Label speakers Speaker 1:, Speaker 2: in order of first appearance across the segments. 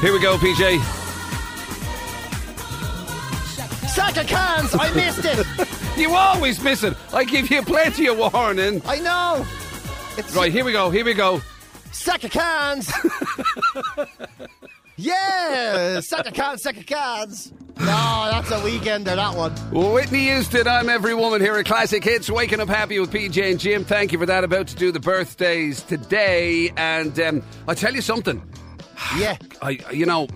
Speaker 1: Here we go, PJ.
Speaker 2: Saka cans! I missed it!
Speaker 1: You always miss it. I give you plenty of warning.
Speaker 2: I know! It's
Speaker 1: Right, here we go, here we go.
Speaker 2: Saka cans! yeah! Saka cans, Saka cans! No, that's a weekender, that one.
Speaker 1: Whitney Houston, I'm Every Woman here at Classic Hits, waking up happy with PJ and Jim. Thank you for that. About to do the birthdays today. And um, I tell you something,
Speaker 2: Yeah.
Speaker 1: I, you know,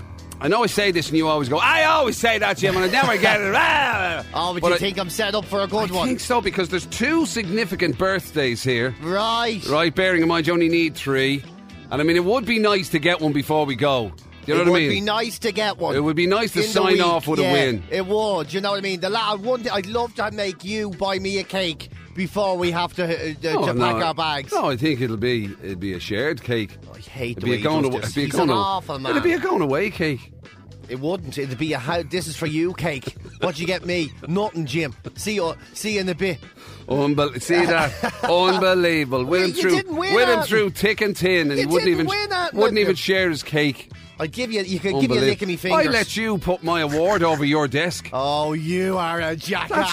Speaker 1: I know I say this and you always go, I always say that, Jim, and I never get it. Ah!
Speaker 2: Oh, but,
Speaker 1: But
Speaker 2: you
Speaker 1: I-
Speaker 2: think I'm set up for a good
Speaker 1: I
Speaker 2: one?
Speaker 1: think so because there's two significant birthdays here.
Speaker 2: Right.
Speaker 1: Right, bearing in mind you only need three. And I mean, it would be nice to get one before we go. You know
Speaker 2: it
Speaker 1: what
Speaker 2: would
Speaker 1: I mean?
Speaker 2: be nice to get one.
Speaker 1: It would be nice to
Speaker 2: In the
Speaker 1: sign
Speaker 2: week,
Speaker 1: off with a
Speaker 2: yeah,
Speaker 1: win.
Speaker 2: It would. You know what I mean? The la- one day I'd love to make you buy me a cake before we have to uh, uh,
Speaker 1: Oh,
Speaker 2: to
Speaker 1: no.
Speaker 2: pack our bags.
Speaker 1: No, I think it'll be it'd be a shared cake.
Speaker 2: I hate
Speaker 1: It'd
Speaker 2: the
Speaker 1: be
Speaker 2: way
Speaker 1: a
Speaker 2: he
Speaker 1: going
Speaker 2: does
Speaker 1: away.
Speaker 2: this.
Speaker 1: It'd be a
Speaker 2: He's
Speaker 1: going
Speaker 2: an
Speaker 1: aw-
Speaker 2: awful man.
Speaker 1: It'd be a going away cake.
Speaker 2: It wouldn't. It'd be a how. This is for you, cake. What'd you get me? Nothing, Jim. See you. See you in a bit.
Speaker 1: Unbel- see that? Unbelievable. With him
Speaker 2: You
Speaker 1: through,
Speaker 2: didn't win
Speaker 1: with him
Speaker 2: that.
Speaker 1: through tick and tin, and
Speaker 2: You
Speaker 1: he wouldn't
Speaker 2: didn't
Speaker 1: even
Speaker 2: win that,
Speaker 1: wouldn't
Speaker 2: did
Speaker 1: even
Speaker 2: you?
Speaker 1: share his cake.
Speaker 2: I'd give you. You could give me a
Speaker 1: Unbelievable.
Speaker 2: lick of me fingers.
Speaker 1: I let you put my award over your desk.
Speaker 2: Oh, you are a jackass.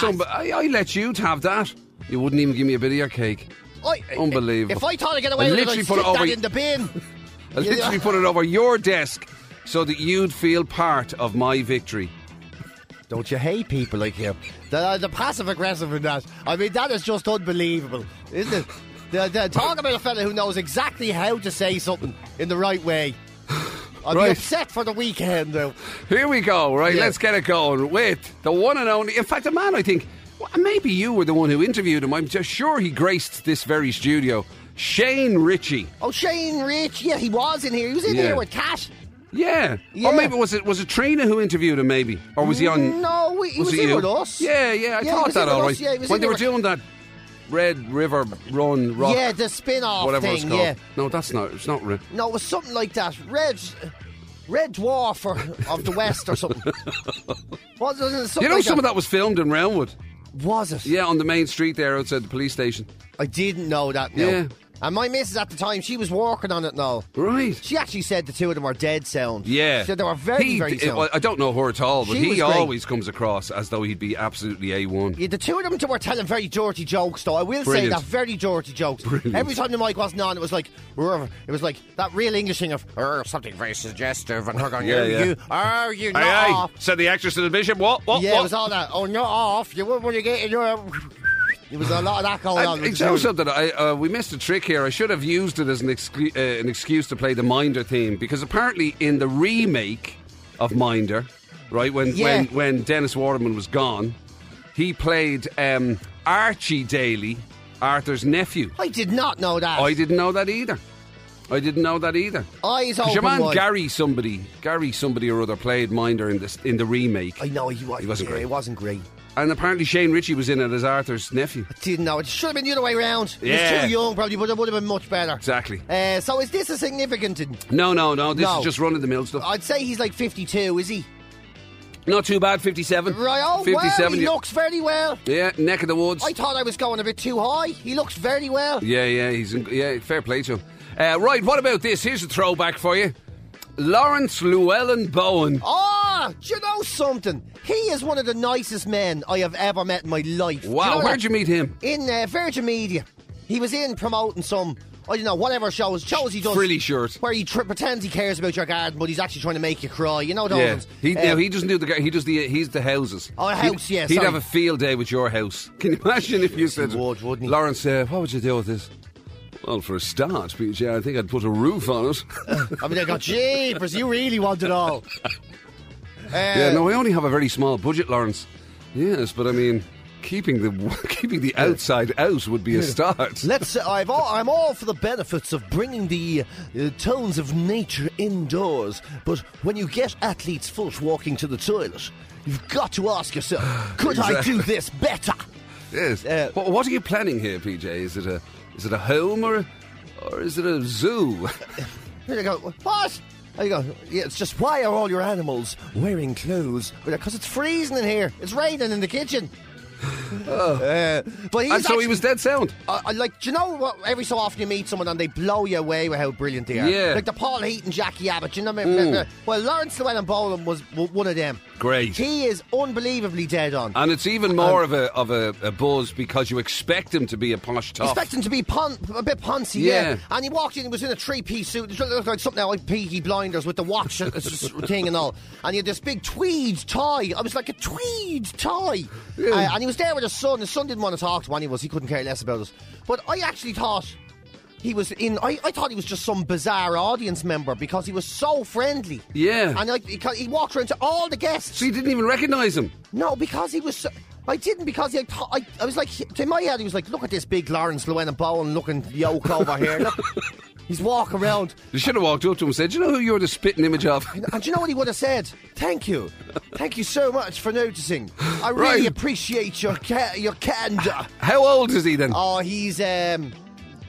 Speaker 1: That's unbe- I, I let you to have that. You wouldn't even give me a bit of your cake.
Speaker 2: I-
Speaker 1: Unbelievable.
Speaker 2: If I thought I'd get
Speaker 1: I
Speaker 2: away with it, I'd
Speaker 1: literally
Speaker 2: stick
Speaker 1: put it over-
Speaker 2: that in the bin.
Speaker 1: I
Speaker 2: Yeah.
Speaker 1: literally put it over your desk so that you'd feel part of my victory.
Speaker 2: Don't you hate people like him? The, the passive aggressive in that. I mean, that is just unbelievable, isn't it? The, the, talk about a fella who knows exactly how to say something in the right way. I'd
Speaker 1: Right.
Speaker 2: be upset for the weekend, though.
Speaker 1: Here we go, right?
Speaker 2: Yeah.
Speaker 1: Let's get it going with the one and only. In fact, a man I think, well, maybe you were the one who interviewed him. I'm just sure he graced this very studio. Shane Ritchie.
Speaker 2: Oh, Shane Rich. Yeah, he was in here. He was in
Speaker 1: Yeah.
Speaker 2: here with Cash.
Speaker 1: Yeah.
Speaker 2: Yeah.
Speaker 1: Or maybe was it was it Trina who interviewed him? Maybe or was he on?
Speaker 2: No, he, he was,
Speaker 1: it
Speaker 2: in
Speaker 1: you?
Speaker 2: with us.
Speaker 1: Yeah, yeah. I
Speaker 2: he
Speaker 1: thought
Speaker 2: was
Speaker 1: that
Speaker 2: in with
Speaker 1: all
Speaker 2: us.
Speaker 1: right.
Speaker 2: Yeah, he was
Speaker 1: when
Speaker 2: in
Speaker 1: they
Speaker 2: here
Speaker 1: were doing
Speaker 2: with-
Speaker 1: that Red River Run Rock,
Speaker 2: Yeah, the spin off
Speaker 1: whatever
Speaker 2: thing.
Speaker 1: it's called.
Speaker 2: Yeah.
Speaker 1: No, that's not. It's not. Re-
Speaker 2: No, it was something like that. Red, Red Dwarf or, of the West or something. was it? Something
Speaker 1: you know,
Speaker 2: like
Speaker 1: some of that was filmed in Roundwood.
Speaker 2: that. Was it?
Speaker 1: Yeah, on the main street there outside the police station.
Speaker 2: I didn't know that. No.
Speaker 1: Yeah.
Speaker 2: And my missus at the time, she was working on it. No.
Speaker 1: Right.
Speaker 2: She actually said the two of them were dead sound.
Speaker 1: Yeah,
Speaker 2: She said they were very,
Speaker 1: He-
Speaker 2: very
Speaker 1: it-
Speaker 2: sound.
Speaker 1: well, I don't know her at all, but
Speaker 2: She was
Speaker 1: he
Speaker 2: great.
Speaker 1: always comes across as though he'd be absolutely a one.
Speaker 2: Yeah, the two of them were telling very dirty jokes, though. I will
Speaker 1: Brilliant.
Speaker 2: say that very dirty jokes.
Speaker 1: Brilliant.
Speaker 2: Every time the mic wasn't on, it was like, "Rrr," it was like that real English thing of "Rrr," something very suggestive, and her going,
Speaker 1: Yeah,
Speaker 2: "You,
Speaker 1: yeah.
Speaker 2: you, are you not
Speaker 1: Aye, aye.
Speaker 2: off?"
Speaker 1: Said the actress to the bishop. What? What?
Speaker 2: Yeah,
Speaker 1: what?
Speaker 2: it was all that. Oh, you're off. You when you get in your. It was a lot of that going on.
Speaker 1: And
Speaker 2: with
Speaker 1: it
Speaker 2: the two
Speaker 1: shows
Speaker 2: of them.
Speaker 1: up that I, uh, we missed a trick here. I should have used it as an, excu- uh, an excuse to play the Minder theme because apparently in the remake of Minder, right when
Speaker 2: Yeah.
Speaker 1: when when Dennis Waterman was gone, he played um, Archie Daly, Arthur's nephew.
Speaker 2: I did not know that.
Speaker 1: I didn't know that either. I didn't know that either.
Speaker 2: Eyes
Speaker 1: 'Cause Your
Speaker 2: open
Speaker 1: man
Speaker 2: wide.
Speaker 1: Gary somebody, Gary somebody or other played Minder in this in the remake,
Speaker 2: I know he, was,
Speaker 1: He wasn't
Speaker 2: yeah,
Speaker 1: great.
Speaker 2: He wasn't great.
Speaker 1: and apparently Shane Ritchie was in it as Arthur's nephew.
Speaker 2: Didn't know. It should have been the other way around. He
Speaker 1: Yeah.
Speaker 2: was too young, probably, but it would have been much better.
Speaker 1: Exactly.
Speaker 2: Uh, so is this a significant?
Speaker 1: No, no, no. This
Speaker 2: No.
Speaker 1: is just run of the mill stuff.
Speaker 2: I'd say he's like 52, is he?
Speaker 1: Not too bad, 57.
Speaker 2: Right, oh, well, he
Speaker 1: yeah.
Speaker 2: looks very well.
Speaker 1: Yeah, neck of the woods.
Speaker 2: I thought I was going a bit too high. He looks very well.
Speaker 1: yeah, yeah, he's in, yeah, fair play to him. Uh, right, what about this? Here's a throwback for you. Lawrence Llewellyn Bowen.
Speaker 2: Ah, do you know something? He is one of the nicest men I have ever met in my life. Do you
Speaker 1: Wow,
Speaker 2: know
Speaker 1: where'd
Speaker 2: that?
Speaker 1: you meet him?
Speaker 2: In uh, Virgin Media. He was in promoting some, I don't know, whatever shows, shows he does.
Speaker 1: Frilly shirt.
Speaker 2: Where he tr- pretends he cares about your garden, but he's actually trying to make you cry. You know those
Speaker 1: Yeah,
Speaker 2: ones.
Speaker 1: he
Speaker 2: Uh,
Speaker 1: no, he doesn't do the gar- he does the he's the houses.
Speaker 2: Oh, a house,
Speaker 1: He'd,
Speaker 2: yeah,
Speaker 1: He'd
Speaker 2: sorry.
Speaker 1: have a field day with your house. Can you imagine if you said,
Speaker 2: would, wouldn't he?
Speaker 1: Lawrence, uh, what would you do with this? Well, for a start, PJ, I think I'd put a roof on it.
Speaker 2: I mean, I go, jeepers, you really want it all. Uh,
Speaker 1: yeah, no, I only have a very small budget, Lawrence. Yes, but I mean, keeping the keeping the outside out would be a start.
Speaker 2: Let's. Uh, I've all, I'm all for the benefits of bringing the uh, tones of nature indoors, but when you get athlete's foot walking to the toilet, you've got to ask yourself, could I do this better?
Speaker 1: Yes.
Speaker 2: Uh,
Speaker 1: what, what are you planning here, PJ? Is it a is it a home or or is it a zoo?
Speaker 2: And you go, what? And you go, yeah, it's just why are all your animals wearing clothes? Because it's freezing in here. It's raining in the kitchen. Uh, but he's
Speaker 1: and so
Speaker 2: actually,
Speaker 1: he was dead sound.
Speaker 2: I, I like, do you know what? Every so often you meet someone and they blow you away with how brilliant they are.
Speaker 1: Yeah.
Speaker 2: Like the Paul Heaton, Jackie Abbott. You know what I mean? Well, Lawrence Llewellyn Boland was w- one of them.
Speaker 1: Great.
Speaker 2: He is unbelievably dead on.
Speaker 1: And it's even more of a of a, a buzz because you expect him to be a posh
Speaker 2: You
Speaker 1: tough.
Speaker 2: Expect him to be pon- a bit poncy, yeah.
Speaker 1: Yeah.
Speaker 2: And he walked in, he was in a three piece suit. It looked like something out like Peaky Blinders with the watch uh, s- s- thing and all. And he had this big tweed tie. I was like a tweed tie. Uh, and he was there with his son. His son didn't want to talk to him, and he was. He couldn't care less about us. But I actually thought. He was in. I, I thought he was just some bizarre audience member because he was so friendly.
Speaker 1: Yeah.
Speaker 2: and like he, ca- he walked around to all the guests.
Speaker 1: so you didn't even recognise him.
Speaker 2: No, because he was. So, I didn't because he, I, thought- I, I was like in my head. He was like, "Look at this big Lawrence Llewellyn Bowen looking yoke over here. Look, he's walking around."
Speaker 1: You should have walked up to him and said, "You know who you're the spitting image of."
Speaker 2: And do you know what he would have said? Thank you, thank you so much for noticing. I really
Speaker 1: Right.
Speaker 2: appreciate your ca- your candor.
Speaker 1: How old is he then?
Speaker 2: Oh, he's um,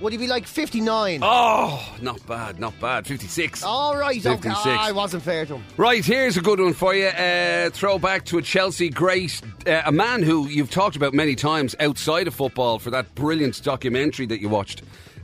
Speaker 2: would he be like fifty nine?
Speaker 1: Oh, not bad, not bad. Fifty six.
Speaker 2: All right, okay.
Speaker 1: 56.
Speaker 2: Ah, I wasn't fair to him.
Speaker 1: Right, here's a good one for you. Uh, throw back to a Chelsea great, uh, a man who you've talked about many times outside of football for that brilliant documentary that you watched,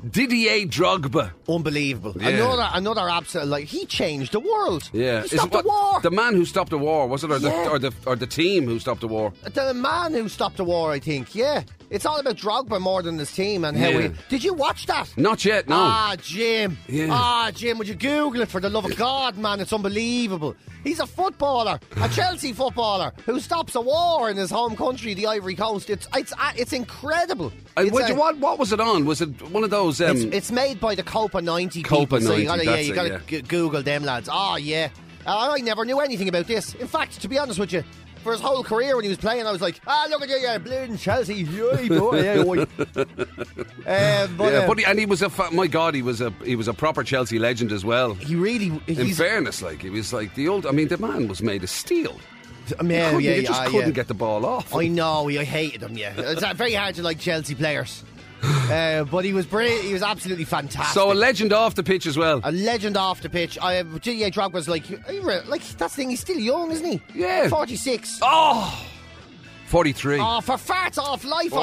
Speaker 1: Didier Drogba.
Speaker 2: Unbelievable.
Speaker 1: Yeah.
Speaker 2: Another another absolute like he changed the world.
Speaker 1: Yeah,
Speaker 2: he
Speaker 1: Is
Speaker 2: stopped
Speaker 1: it what-
Speaker 2: the war.
Speaker 1: The man who stopped the war was it, or, the,
Speaker 2: Yeah.
Speaker 1: or the or the team who stopped the war?
Speaker 2: The man who stopped the war, I think. Yeah, it's all about Drogba more than his team and how
Speaker 1: Yeah.
Speaker 2: he. Did you watch that?
Speaker 1: Not yet, no.
Speaker 2: Ah, Jim.
Speaker 1: Yeah.
Speaker 2: Ah, Jim, would you Google it for the love of God, man? It's unbelievable. He's a footballer, a Chelsea footballer who stops a war in his home country, the Ivory Coast. It's it's uh, it's incredible.
Speaker 1: And Uh,
Speaker 2: It's
Speaker 1: what,
Speaker 2: a-
Speaker 1: do you want- what was it on? Was it one of those? Um,
Speaker 2: It's, it's made by the Copa ninety
Speaker 1: Copa
Speaker 2: people, so
Speaker 1: 90,
Speaker 2: you gotta yeah,
Speaker 1: that's
Speaker 2: you
Speaker 1: it,
Speaker 2: gotta
Speaker 1: yeah.
Speaker 2: g- Google them lads. Ah, yeah. Uh, I never knew anything about this. In fact, to be honest with you, for his whole career when he was playing, I was like, ah, look at you, yeah, bleeding Chelsea, yeah, boy, yeah, boy. Uh, but,
Speaker 1: yeah,
Speaker 2: uh,
Speaker 1: but he, and he was a fa- my god, he was a he was a proper Chelsea legend as well.
Speaker 2: he really,
Speaker 1: In
Speaker 2: he's,
Speaker 1: fairness, like he was like the old. I mean, the man was made of steel.
Speaker 2: I mean, yeah,
Speaker 1: Couldn't-
Speaker 2: yeah,
Speaker 1: he just
Speaker 2: ah,
Speaker 1: couldn't
Speaker 2: yeah. Oh,
Speaker 1: get the ball off.
Speaker 2: I know, I hated him. Yeah, it's uh, very hard to like Chelsea players. Uh, but he was brilliant. He was absolutely fantastic.
Speaker 1: so a legend off the pitch as well.
Speaker 2: a legend off the pitch. I Didier Drogba's like, are you real? like that's the thing. He's still young, isn't he?
Speaker 1: Yeah.
Speaker 2: forty six.
Speaker 1: Oh, 43.
Speaker 2: Oh, for farts off life
Speaker 1: 43.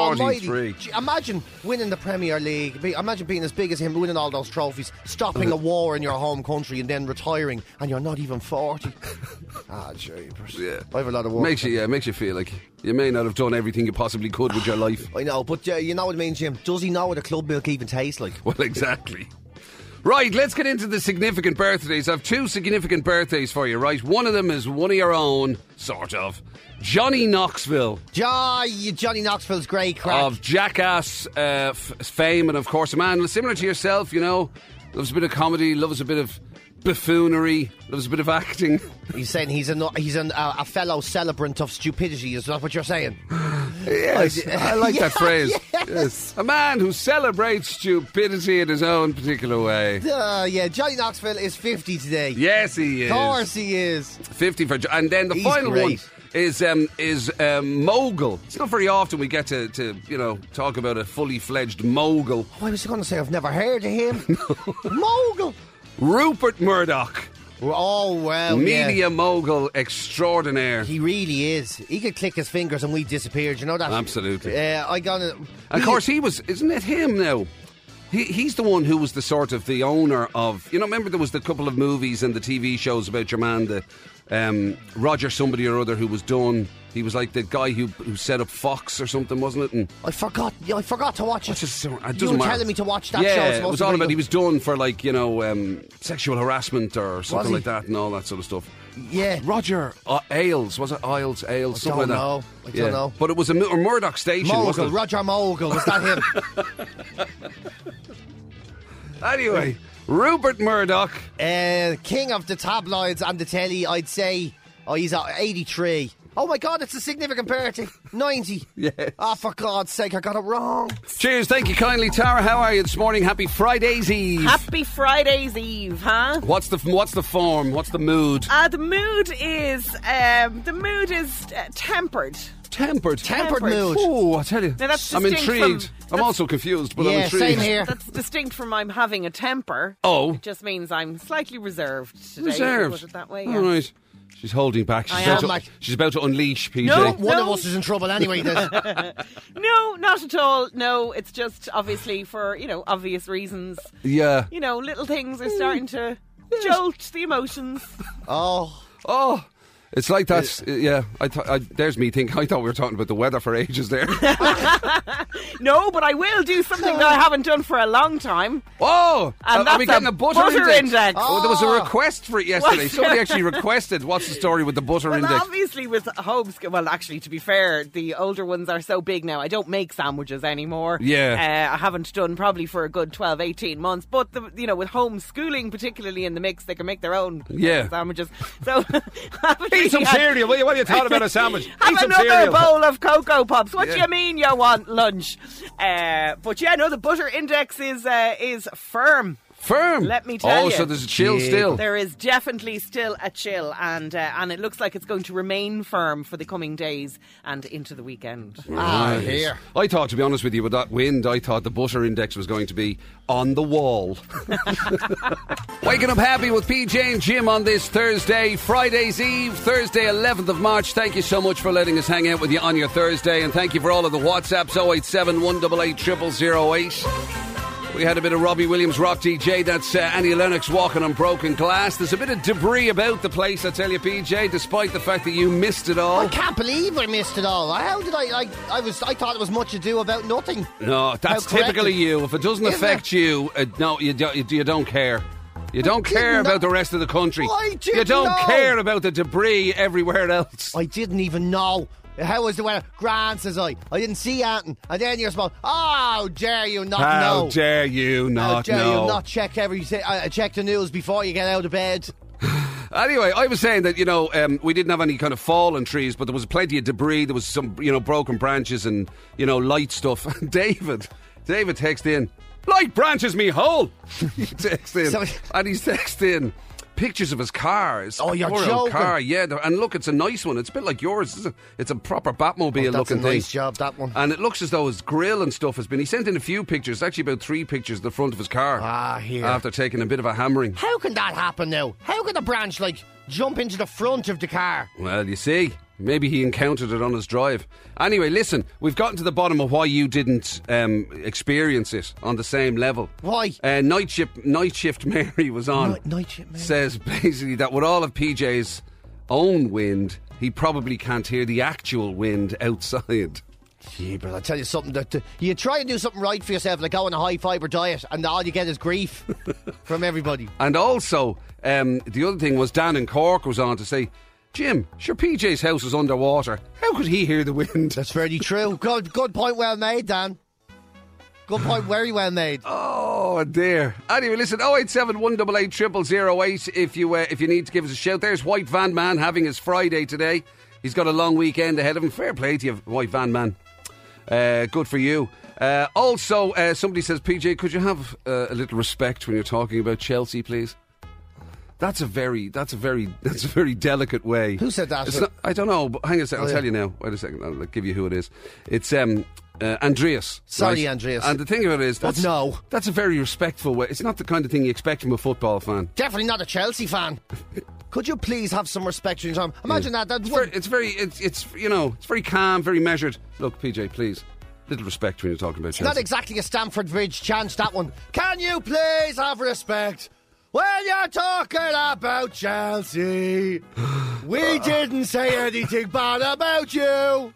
Speaker 2: almighty. Gee, Imagine winning the Premier League. Be- Imagine being as big as him, winning all those trophies, stopping a war in your home country and then retiring and you're not even 40. ah, jeepers.
Speaker 1: Yeah.
Speaker 2: I have a lot of work.
Speaker 1: Makes you, yeah, makes you feel like you may not have done everything you possibly could with your life.
Speaker 2: I know, but uh, you know what I mean, Jim? Does he know what a club milk even tastes like?
Speaker 1: Well, exactly. Right, let's get into the significant birthdays. I've two significant birthdays for you, right? One of them is one of your own, sort of. Johnny Knoxville
Speaker 2: Ja, you- Johnny Knoxville's great crack.
Speaker 1: of Jackass uh, f- fame, and of course, a man similar to yourself, you know, loves a bit of comedy, loves a bit of buffoonery, loves a bit of acting.
Speaker 2: He's saying he's a he's an, uh, a fellow celebrant of stupidity. Is that what you're saying?
Speaker 1: Yes, I like that
Speaker 2: Yeah,
Speaker 1: phrase.
Speaker 2: yes.
Speaker 1: A man who celebrates stupidity in his own particular way.
Speaker 2: Uh, yeah, Johnny Knoxville is 50 today.
Speaker 1: Yes, he is.
Speaker 2: Of course he is.
Speaker 1: 50 for Jo- and then the
Speaker 2: He's
Speaker 1: final one
Speaker 2: great.
Speaker 1: is um, is um, mogul. It's not very often we get to, to you know talk about a fully fledged mogul.
Speaker 2: Oh, I was going to say I've never heard of him. Mogul.
Speaker 1: Rupert Murdoch,
Speaker 2: Oh well, yeah.
Speaker 1: media mogul extraordinaire.
Speaker 2: He really is. He could click his fingers and we disappeared. You know that?
Speaker 1: Absolutely.
Speaker 2: Uh, I gonna.
Speaker 1: of course, he was. Isn't it him now? He, he's the one who was the sort of the owner of. You know, remember there was the couple of movies and the TV shows about your man, the um, Roger somebody or other who was done. He was like the guy who who set up Fox or something, wasn't it? And
Speaker 2: I forgot. yeah, I forgot to watch it.
Speaker 1: It's just- it doesn't
Speaker 2: you were
Speaker 1: matter.
Speaker 2: telling me to watch that
Speaker 1: yeah,
Speaker 2: show.
Speaker 1: it was all about. He was done for like you know um, sexual harassment or something
Speaker 2: he?
Speaker 1: like that and all that sort of stuff.
Speaker 2: Yeah.
Speaker 1: Roger uh, Ailes was it Ailes Ailes
Speaker 2: I
Speaker 1: something
Speaker 2: don't
Speaker 1: like that.
Speaker 2: know. I don't know.
Speaker 1: But it was a Mur- Murdoch station.
Speaker 2: Mogul.
Speaker 1: wasn't it?
Speaker 2: Roger Mogul. Was that him?
Speaker 1: Anyway, Rupert Murdoch.
Speaker 2: Uh, king of the tabloids and the telly, I'd say. Oh, he's at 83. Oh my God, it's a significant party. 90.
Speaker 1: Yes.
Speaker 2: Oh, for God's sake, I got it wrong.
Speaker 1: Cheers, thank you kindly, Tara. How are you this morning? Happy Friday's Eve.
Speaker 3: Happy Friday's Eve, huh?
Speaker 1: what's the What's the form? What's the mood?
Speaker 3: Uh, the mood is um, the mood is uh, tempered.
Speaker 1: Tempered.
Speaker 2: Tempered
Speaker 3: Tempered.
Speaker 2: mood.
Speaker 1: Oh, I tell you,
Speaker 3: Now, that's
Speaker 1: I'm
Speaker 3: distinct from-
Speaker 1: intrigued. I'm
Speaker 3: that's-
Speaker 1: also confused, but I'm
Speaker 2: yeah,
Speaker 1: intrigued.
Speaker 2: same here.
Speaker 3: That's distinct from I'm having a temper.
Speaker 1: Oh.
Speaker 3: it just means I'm slightly reserved today. if you
Speaker 1: Reserved.
Speaker 3: Put it that way.
Speaker 1: All
Speaker 3: yeah.
Speaker 1: right. She's holding back. She's,
Speaker 3: I
Speaker 1: about
Speaker 3: am.
Speaker 1: to, she's about to unleash PJ.
Speaker 3: No.
Speaker 2: One of us is in trouble anyway. There's-
Speaker 3: No, not at all. No, it's just obviously for, you know, obvious reasons.
Speaker 1: Yeah.
Speaker 3: You know, little things are starting to
Speaker 1: Mm.
Speaker 3: jolt the emotions.
Speaker 2: oh,
Speaker 1: Oh, it's like that's yeah. I thought I, there's me thinking. I thought we were talking about the weather for ages there.
Speaker 3: No, but I will do something that I haven't done for a long time.
Speaker 1: oh,
Speaker 3: And
Speaker 1: are- are
Speaker 3: that's
Speaker 1: we getting
Speaker 3: a
Speaker 1: a butter,
Speaker 3: butter index. Ah.
Speaker 1: Oh, there was a
Speaker 2: Oh.
Speaker 1: request for it yesterday.
Speaker 3: Was
Speaker 1: Somebody actually requested. What's the story with the butter
Speaker 3: Well,
Speaker 1: index?
Speaker 3: obviously, with Hobbs, well, actually, to be fair, the older ones are so big now. I don't make sandwiches anymore.
Speaker 1: Yeah.
Speaker 3: Uh, I haven't done probably for a good 12, 18 months. But, the, you know, with homeschooling, particularly in the mix, they can make their own
Speaker 1: Yeah.
Speaker 3: sandwiches. So, haven't really
Speaker 1: Eat some
Speaker 3: had-
Speaker 1: cereal. What are you, what are you talking about a sandwich? Eat
Speaker 3: Have
Speaker 1: some
Speaker 3: another
Speaker 1: cereal.
Speaker 3: bowl of Cocoa Pops. What do
Speaker 1: Yeah.
Speaker 3: you mean you want lunch? Uh, but yeah, no, the butter index is uh, is firm.
Speaker 1: Firm.
Speaker 3: Let me
Speaker 1: Oh,
Speaker 3: tell you.
Speaker 1: so there's a chill
Speaker 2: Yeah.
Speaker 1: still.
Speaker 3: There is definitely still a chill, and uh, and it looks like it's going to remain firm for the coming days and into the weekend.
Speaker 2: ah,
Speaker 1: Nice.
Speaker 2: here.
Speaker 1: I thought, to be honest with you, with that wind, I thought the butter index was going to be on the wall. Waking up happy with PJ and Jim on this Thursday, Friday's Eve, Thursday, 11th of March. Thank you so much for letting us hang out with you on your Thursday, and thank you for all of the WhatsApps 087 188 0008. We had a bit of Robbie Williams rock DJ. That's uh, Annie Lennox walking on broken glass. There's a bit of debris about the place, I tell you, PJ, despite the fact that you missed it all.
Speaker 2: I can't believe I missed it all. How did I? I, I was. I thought it was much ado about nothing.
Speaker 1: No, that's
Speaker 2: How correct
Speaker 1: typically
Speaker 2: it-
Speaker 1: you. If it doesn't
Speaker 2: Isn't
Speaker 1: affect you, uh, no, you, do, you, do- you don't care. You don't care
Speaker 2: didn't
Speaker 1: about
Speaker 2: know-
Speaker 1: the rest of the country.
Speaker 2: I
Speaker 1: you
Speaker 2: didn't
Speaker 1: don't
Speaker 2: know.
Speaker 1: care about the debris everywhere else.
Speaker 2: I didn't even know. How was the weather? Grand, says I. I didn't see anything. And then you're supposed, oh, dare you not
Speaker 1: How
Speaker 2: know.
Speaker 1: dare you
Speaker 2: How
Speaker 1: not
Speaker 2: dare
Speaker 1: know?
Speaker 2: you not check every, uh, check the news before you get out of bed.
Speaker 1: Anyway, I was saying that you know um, we didn't have any kind of fallen trees, but there was plenty of debris. There was some you know broken branches and you know light stuff. David, David texted in, "Light branches me whole." he texted in,
Speaker 2: So-
Speaker 1: and he's texted in pictures of his car. His
Speaker 2: Oh, you're
Speaker 1: poor old
Speaker 2: joking.
Speaker 1: Car, yeah, there- and look, it's a nice one. It's a bit like yours. It's a, it's a proper Batmobile
Speaker 2: Oh, that's a
Speaker 1: looking thing.
Speaker 2: nice job, that one.
Speaker 1: And it looks as though his grill and stuff has been. He sent in a few pictures, actually about three pictures of the front of his car.
Speaker 2: Ah, here.
Speaker 1: After taking a bit of a hammering.
Speaker 2: How can that happen now? How can a branch, like, jump into the front of the car?
Speaker 1: Well, you see, maybe he encountered it on his drive. Anyway, listen, we've gotten to the bottom of why you didn't um, experience it on the same level.
Speaker 2: Why?
Speaker 1: Uh, night shift, night shift. Mary was on.
Speaker 2: Night- night shift Mary.
Speaker 1: says basically that with all of PJ's own wind, he probably can't hear the actual wind outside.
Speaker 2: Gee, but I tell you something, that that- you try and do something right for yourself, like go on a high fibre diet, and all you get is grief from everybody.
Speaker 1: And also, um, the other thing was Dan in Cork was on to say, Jim, sure PJ's house is underwater. How could he hear the wind?
Speaker 2: That's very true. Good, good point, well made, Dan. Good point, very well made.
Speaker 1: Oh dear. Anyway, listen, oh, 087 188 0008 if you, uh, if you need to give us a shout. There's White Van Man having his Friday today. He's got a long weekend ahead of him. Fair play to you, White Van Man. Uh, good for you. Uh, also, uh, somebody says, PJ, could you have uh, a little respect when you're talking about Chelsea, please? That's a very, that's a very, that's a very delicate way.
Speaker 2: Who said that? Oh,
Speaker 1: It's not- I don't know. But hang on a second. I'll
Speaker 2: yeah.
Speaker 1: tell you now. Wait a second. I'll give you who it is. It's um, uh, Andreas.
Speaker 2: Sorry, Andreas.
Speaker 1: And the thing about it is, that's,
Speaker 2: no.
Speaker 1: that's a very respectful way. It's not the kind of thing you expect from a football fan.
Speaker 2: Definitely not a Chelsea fan. Could you please have some respect for your time? Imagine that. That
Speaker 1: It's very, it's very, it's, it's you know, it's very calm, very measured. Look, PJ, please, little respect when you're talking about
Speaker 2: not
Speaker 1: Chelsea.
Speaker 2: exactly a Stamford Bridge chance. That one. Can you please have respect when you're talking about Chelsea?
Speaker 1: Uh.
Speaker 2: We didn't say anything bad about you.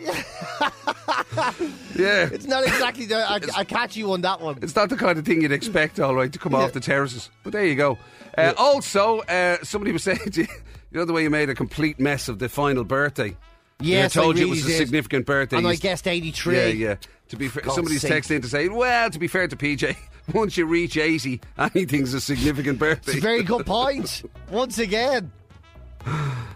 Speaker 1: yeah,
Speaker 2: It's not exactly the, I, I catch you on that one.
Speaker 1: it's not the kind of thing you'd expect. All right, to come off the terraces. But there you go. Uh, Also, uh, somebody was saying, to you you know, the way you made a complete mess of the final birthday.
Speaker 2: Yes,
Speaker 1: you
Speaker 2: I
Speaker 1: told you it
Speaker 2: really
Speaker 1: was a
Speaker 2: did.
Speaker 1: significant birthday.
Speaker 2: and
Speaker 1: You
Speaker 2: I
Speaker 1: s-
Speaker 2: guessed eighty-three.
Speaker 1: Yeah, yeah. To be fair,
Speaker 2: God's
Speaker 1: somebody's
Speaker 2: sake.
Speaker 1: texting in to say, well, to be fair to PJ, once you reach 80, anything's a significant
Speaker 2: It's
Speaker 1: birthday.
Speaker 2: a very good point. Once again.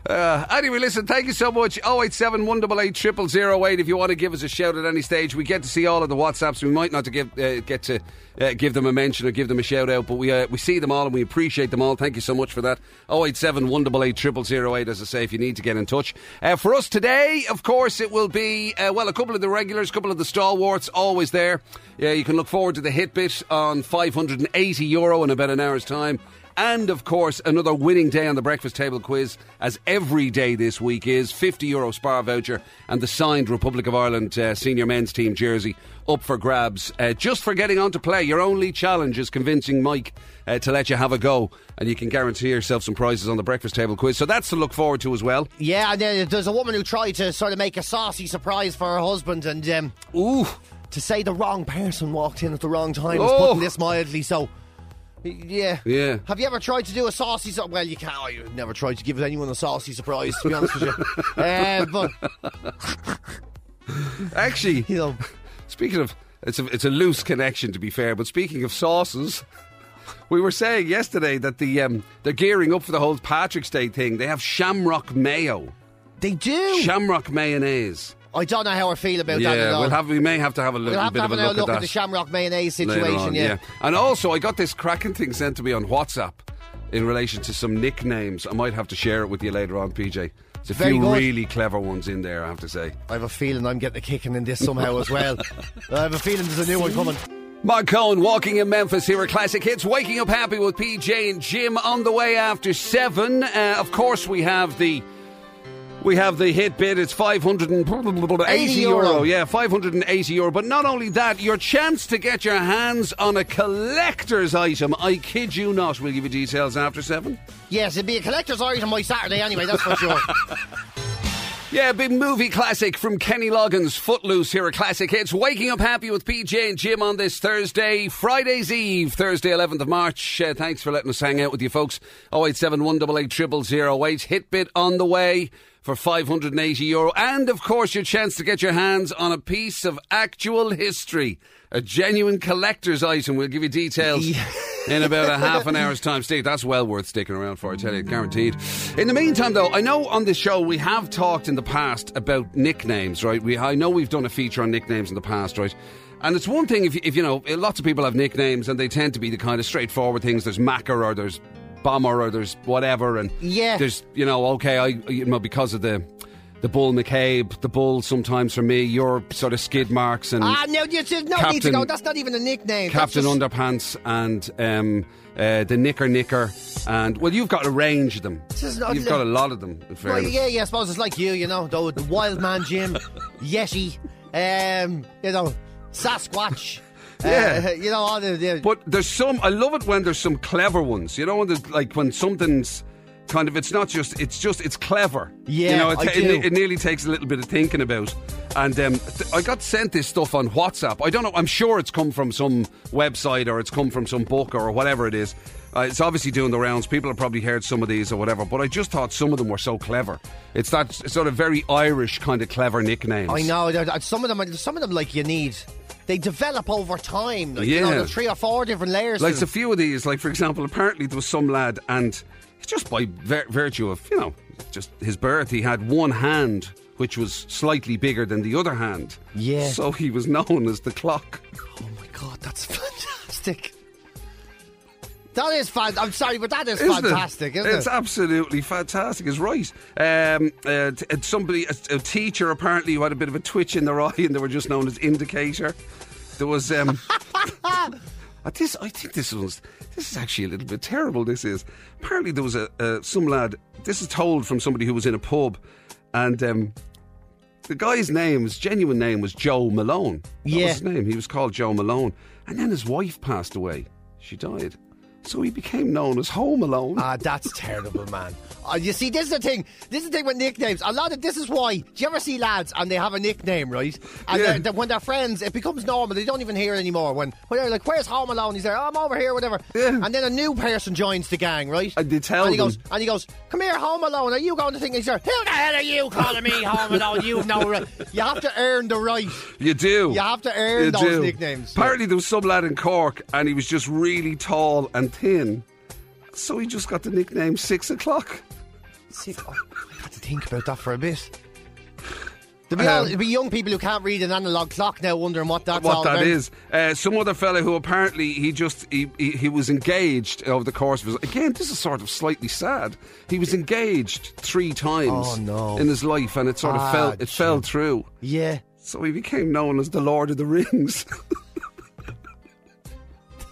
Speaker 1: Uh, anyway, listen, thank you so much. 087 188 0008 if you want to give us a shout at any stage. We get to see all of the WhatsApps. We might not to give, uh, get to uh, give them a mention or give them a shout out, but we uh, we see them all and we appreciate them all. Thank you so much for that. 087 188 0008, as I say, if you need to get in touch. Uh, for us today, of course, it will be, uh, well, a couple of the regulars, a couple of the stalwarts, always there. Yeah, you can look forward to the hit bit on 580 euro in about an hour's time. And of course, another winning day on the breakfast table quiz, as every day this week is 50 euro spar voucher and the signed Republic of Ireland uh, senior men's team jersey up for grabs. Uh, just for getting on to play, your only challenge is convincing Mike uh, to let you have a go, and you can guarantee yourself some prizes on the breakfast table quiz. So that's to look forward to as well.
Speaker 2: Yeah, and then there's a woman who tried to sort of make a saucy surprise for her husband, and um,
Speaker 1: Ooh,
Speaker 2: to say the wrong person walked in at the wrong time is
Speaker 1: Oh.
Speaker 2: putting this mildly. So, yeah,
Speaker 1: Yeah.
Speaker 2: Have you ever tried to do a saucy? Su- well, you can't. Oh, you've never tried to give anyone a saucy surprise, to be honest with you. Uh, but
Speaker 1: actually,
Speaker 2: you know,
Speaker 1: Speaking of, it's a, it's a loose connection to be fair, but speaking of sauces, we were saying yesterday that the um, they're gearing up for the whole Patrick's Day thing. They have shamrock mayo,
Speaker 2: they do.
Speaker 1: shamrock mayonnaise.
Speaker 2: I don't know how I feel about that. At
Speaker 1: Yeah,
Speaker 2: all.
Speaker 1: we'll have we may have to have a
Speaker 2: We'll
Speaker 1: little
Speaker 2: have to
Speaker 1: bit
Speaker 2: have
Speaker 1: of a
Speaker 2: a
Speaker 1: look,
Speaker 2: look,
Speaker 1: at that
Speaker 2: at, the Shamrock mayonnaise
Speaker 1: later
Speaker 2: situation.
Speaker 1: on,
Speaker 2: yeah.
Speaker 1: and also I got this cracking thing sent to me on WhatsApp in relation to some nicknames. I might have to share it with you later on, PJ. There's a
Speaker 2: Very
Speaker 1: few
Speaker 2: good.
Speaker 1: really clever ones in there, I have to say.
Speaker 2: I have a feeling I'm getting a kicking in this somehow as well. I have a feeling there's a new one coming.
Speaker 1: Mark Cohen walking in Memphis here at Classic Hits, waking up happy with PJ and Jim on the way after seven. Uh, of course, we have the we have the hit bid. It's five hundred and eighty euro.
Speaker 2: euro.
Speaker 1: Yeah, five hundred and eighty euro. But not only that, your chance to get your hands on a collector's item. I kid you not. We'll give you details after seven.
Speaker 2: Yes, it'd be a collector's item by Saturday anyway, that's for sure.
Speaker 1: Yeah, big movie classic from Kenny Loggins, Footloose here at Classic Hits. Waking up happy with PJ and Jim on this Thursday, Friday's Eve, Thursday, 11th of March. Uh, thanks for letting us hang out with you folks. 087 188 0008. Hit bit on the way for 580 euro. And of course, your chance to get your hands on a piece of actual history. A genuine collector's item. We'll give you details in about a half an hour's time. Steve, that's well worth sticking around for, I tell you, guaranteed. In the meantime, though, I know on this show we have talked in the past about nicknames, right? We I know we've done a feature on nicknames in the past, right? And it's one thing if, you- if you know, lots of people have nicknames and they tend to be the kind of straightforward things. There's Macker or there's Bomber or there's whatever. And
Speaker 2: Yeah.
Speaker 1: there's, you know, okay, I, you know, because of the. The bull McCabe, the bull sometimes for me, your sort of skid marks and
Speaker 2: ah, no, you should, no need to
Speaker 1: Captain-
Speaker 2: go. That's not even a nickname. That's
Speaker 1: Captain
Speaker 2: just-
Speaker 1: Underpants and um, uh, the Knicker Knicker. And, well, you've got a range of them.
Speaker 2: This is not-
Speaker 1: You've got a lot of them, in
Speaker 2: Well,
Speaker 1: fairness.
Speaker 2: yeah, yeah, I suppose it's like you, you know, though the wild man Jim, Yeti, um, you know, Sasquatch.
Speaker 1: Yeah.
Speaker 2: Uh, you know, all the, the
Speaker 1: But there's some, I love it when there's some clever ones. You know, when there's, like, when something's kind of, it's not just, it's just, it's clever.
Speaker 2: Yeah,
Speaker 1: You know,
Speaker 2: I
Speaker 1: it,
Speaker 2: do.
Speaker 1: it, it nearly takes a little bit of thinking about. And um, th- I got sent this stuff on WhatsApp. I don't know, I'm sure it's come from some website or it's come from some book or whatever it is. Uh, it's obviously doing the rounds. People have probably heard some of these or whatever, but I just thought some of them were so clever. It's that s- sort of very Irish kind of clever nicknames.
Speaker 2: I know. they're- they're- Some of them, are- some of them, like you need, they develop over time. Like, you know,
Speaker 1: Yeah.
Speaker 2: there are three or four different layers.
Speaker 1: Like
Speaker 2: to
Speaker 1: a
Speaker 2: them.
Speaker 1: few of these, like for example, apparently there was some lad, and just by vir- virtue of you know just his birth, he had one hand which was slightly bigger than the other hand.
Speaker 2: Yeah.
Speaker 1: So he was known as the clock.
Speaker 2: oh my god, that's fantastic. That is fan. I'm sorry, but that is
Speaker 1: Isn't it?
Speaker 2: fantastic, is isn't
Speaker 1: It's
Speaker 2: it?
Speaker 1: absolutely fantastic. It's right. Um, uh, t- and somebody, a, a teacher, apparently who had a bit of a twitch in their eye, and they were just known as indicator. There was. Um, Uh, This, I think this one's. This is actually a little bit terrible. This is apparently there was a uh, some lad. This is told from somebody who was in a pub, and um, the guy's name, his genuine name, was Joe Malone. That
Speaker 2: Yeah.
Speaker 1: was his name. He was called Joe Malone, and then his wife passed away. She died, so he became known as Home Alone.
Speaker 2: Ah, that's terrible, man. Ah, you see, this is the thing. This is the thing with nicknames. A lot of this is why. Do you ever see lads and they have a nickname, right? And
Speaker 1: Yeah.
Speaker 2: they're- they're- when they're friends, it becomes normal. They don't even hear it anymore. When when they're like, "Where's Home Alone?" He's there. "Oh, I'm over here, whatever.
Speaker 1: Yeah.
Speaker 2: And then a new person joins the gang, right?
Speaker 1: And they tell
Speaker 2: and he
Speaker 1: them.
Speaker 2: goes, and he goes, "Come here, Home Alone. Are you going to think?" He's there. Who the hell are you calling me Home Alone? You've no right. You have to earn the right.
Speaker 1: You do.
Speaker 2: You have to earn
Speaker 1: You
Speaker 2: those nicknames.
Speaker 1: Apparently, there was some lad in Cork, and he was just really tall and thin, so he just got the nickname Six O'clock.
Speaker 2: See, I had to think about that for a bit. There'll be,
Speaker 1: Um,
Speaker 2: all, there'll be young people who can't read an analog clock now wondering what that's
Speaker 1: what
Speaker 2: all
Speaker 1: that
Speaker 2: about.
Speaker 1: is. Uh, some other fella who apparently he just he, he, he was engaged over the course of his again. This is sort of slightly sad. He was engaged three times
Speaker 2: Oh, no.
Speaker 1: in his life, and it sort of
Speaker 2: Ah,
Speaker 1: fell it
Speaker 2: gee.
Speaker 1: fell through.
Speaker 2: Yeah,
Speaker 1: So he became known as the Lord of the Rings.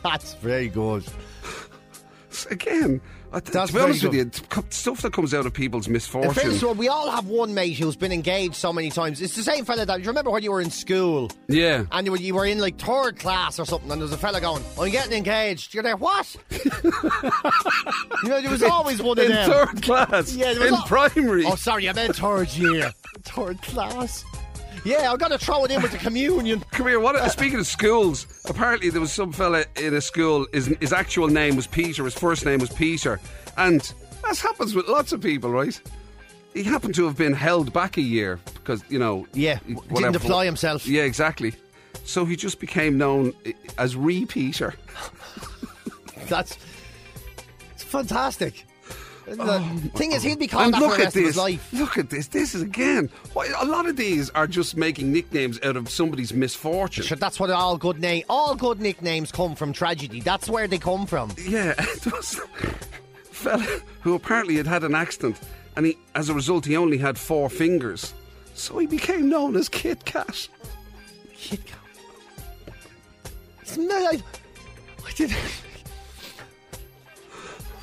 Speaker 2: that's very good.
Speaker 1: That's again. I th-
Speaker 2: That's
Speaker 1: to be honest
Speaker 2: very
Speaker 1: with you,
Speaker 2: good.
Speaker 1: it's co- stuff that comes out of people's
Speaker 2: In
Speaker 1: misfortune.
Speaker 2: fairness, well, we all have one mate who's been engaged so many times. It's the same fella that you remember when you were in school
Speaker 1: yeah.
Speaker 2: and you were, you were in like third class or something, and there was a fella going, "I'm getting engaged." You're there, what? you know, there was always one of
Speaker 1: in
Speaker 2: them.
Speaker 1: third class,
Speaker 2: Yeah, there was
Speaker 1: in
Speaker 2: al-
Speaker 1: primary.
Speaker 2: Oh, sorry, I meant third year, third class. Yeah, I'm gonna throw it in with the communion.
Speaker 1: Come here. What? Speaking of schools, apparently there was some fella in a school. His, his actual name was Peter. His first name was Peter, and as happens with lots of people, right? He happened to have been held back a year because you know.
Speaker 2: Yeah,
Speaker 1: whatever.
Speaker 2: didn't deploy himself.
Speaker 1: Yeah, exactly. So he just became known i- as Re Peter.
Speaker 2: That's it's fantastic. The thing is, he'd be called
Speaker 1: Oh, And
Speaker 2: that for
Speaker 1: look
Speaker 2: the
Speaker 1: at
Speaker 2: rest of his
Speaker 1: this.
Speaker 2: life.
Speaker 1: Look at this. This is again. Why, a lot of these are just making nicknames out of somebody's misfortune.
Speaker 2: Sure, that's what all good name, all good nicknames come from tragedy. That's where they come from.
Speaker 1: Yeah, there was a fella who apparently had had an accident, and he, as a result, he only had four fingers, so he became known as Kit Kat.
Speaker 2: Kit Kat. It's not like I did.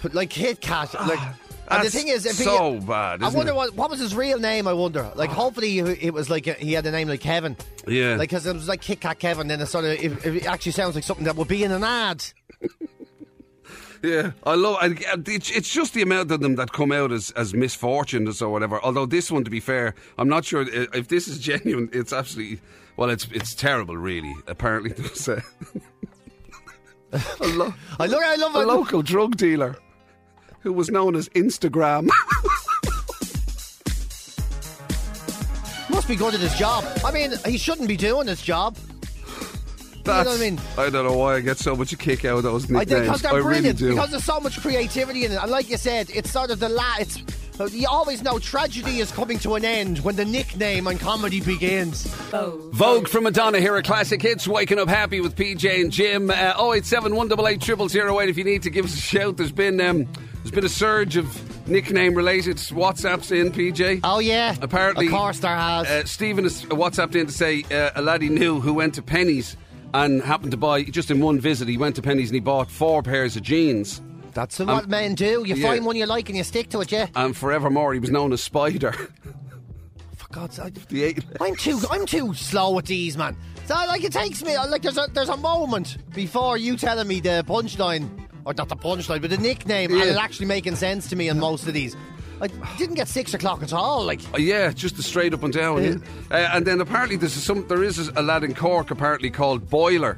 Speaker 2: But like Kit Kat, like. and the
Speaker 1: Ah, That's
Speaker 2: thing is, if he-
Speaker 1: so bad.
Speaker 2: I
Speaker 1: isn't
Speaker 2: wonder
Speaker 1: it? Ah.
Speaker 2: what what was his real name. I wonder. Like, hopefully, he- it was like a, he had a name like Kevin.
Speaker 1: Yeah.
Speaker 2: Like, because it was like Kit Kat Kevin. Then it sort of it, it actually sounds like something that would be in an ad.
Speaker 1: Yeah, I love. I, it's it's just the amount of them that come out as as misfortunes or whatever. Although this one, to be fair, I'm not sure i- if this is genuine. It's absolutely well. It's it's terrible, really. Apparently, there was a, a, lo-
Speaker 2: I look, I love
Speaker 1: a
Speaker 2: it.
Speaker 1: local drug dealer who was known as Instagram.
Speaker 2: Must be good at his job. I mean, he shouldn't be doing his job.
Speaker 1: That's,
Speaker 2: what I mean?
Speaker 1: I don't know why I get so much kick out of those nicknames.
Speaker 2: I think because they're
Speaker 1: really
Speaker 2: brilliant.
Speaker 1: do.
Speaker 2: because there's so much creativity in it, and like you said, it's sort of the la. It's you always know tragedy is coming to an end when the nickname and comedy begins.
Speaker 1: Vogue from Madonna here at Classic Hits. Waking up happy with PJ and Jim. Uh, 087 188 0008 if you need to give us a shout. There's been um, there's been a surge of nickname related WhatsApps in PJ.
Speaker 2: Oh yeah,
Speaker 1: Apparently,
Speaker 2: of course there has.
Speaker 1: Uh, Stephen has WhatsApped in to say uh, a lad he knew who went to Penny's and happened to buy just in one visit. He went to Penny's and he bought four pairs of jeans.
Speaker 2: That's what men do. You
Speaker 1: yeah.
Speaker 2: find one you like and you stick to it. Yeah.
Speaker 1: And forevermore, he was known as Spider. Oh,
Speaker 2: For God's sake.
Speaker 1: the eight.
Speaker 2: I'm too I'm too slow at these, man. So like it takes me like there's a there's a moment before you telling me the punchline or not the punchline, but the nickname,
Speaker 1: Yeah.
Speaker 2: and it actually making sense to me on most of these. I didn't get six o'clock at all. Like
Speaker 1: Uh, Yeah, just the straight up and down. Yeah. Uh, and then apparently there's some there is a lad in Cork apparently called Boiler,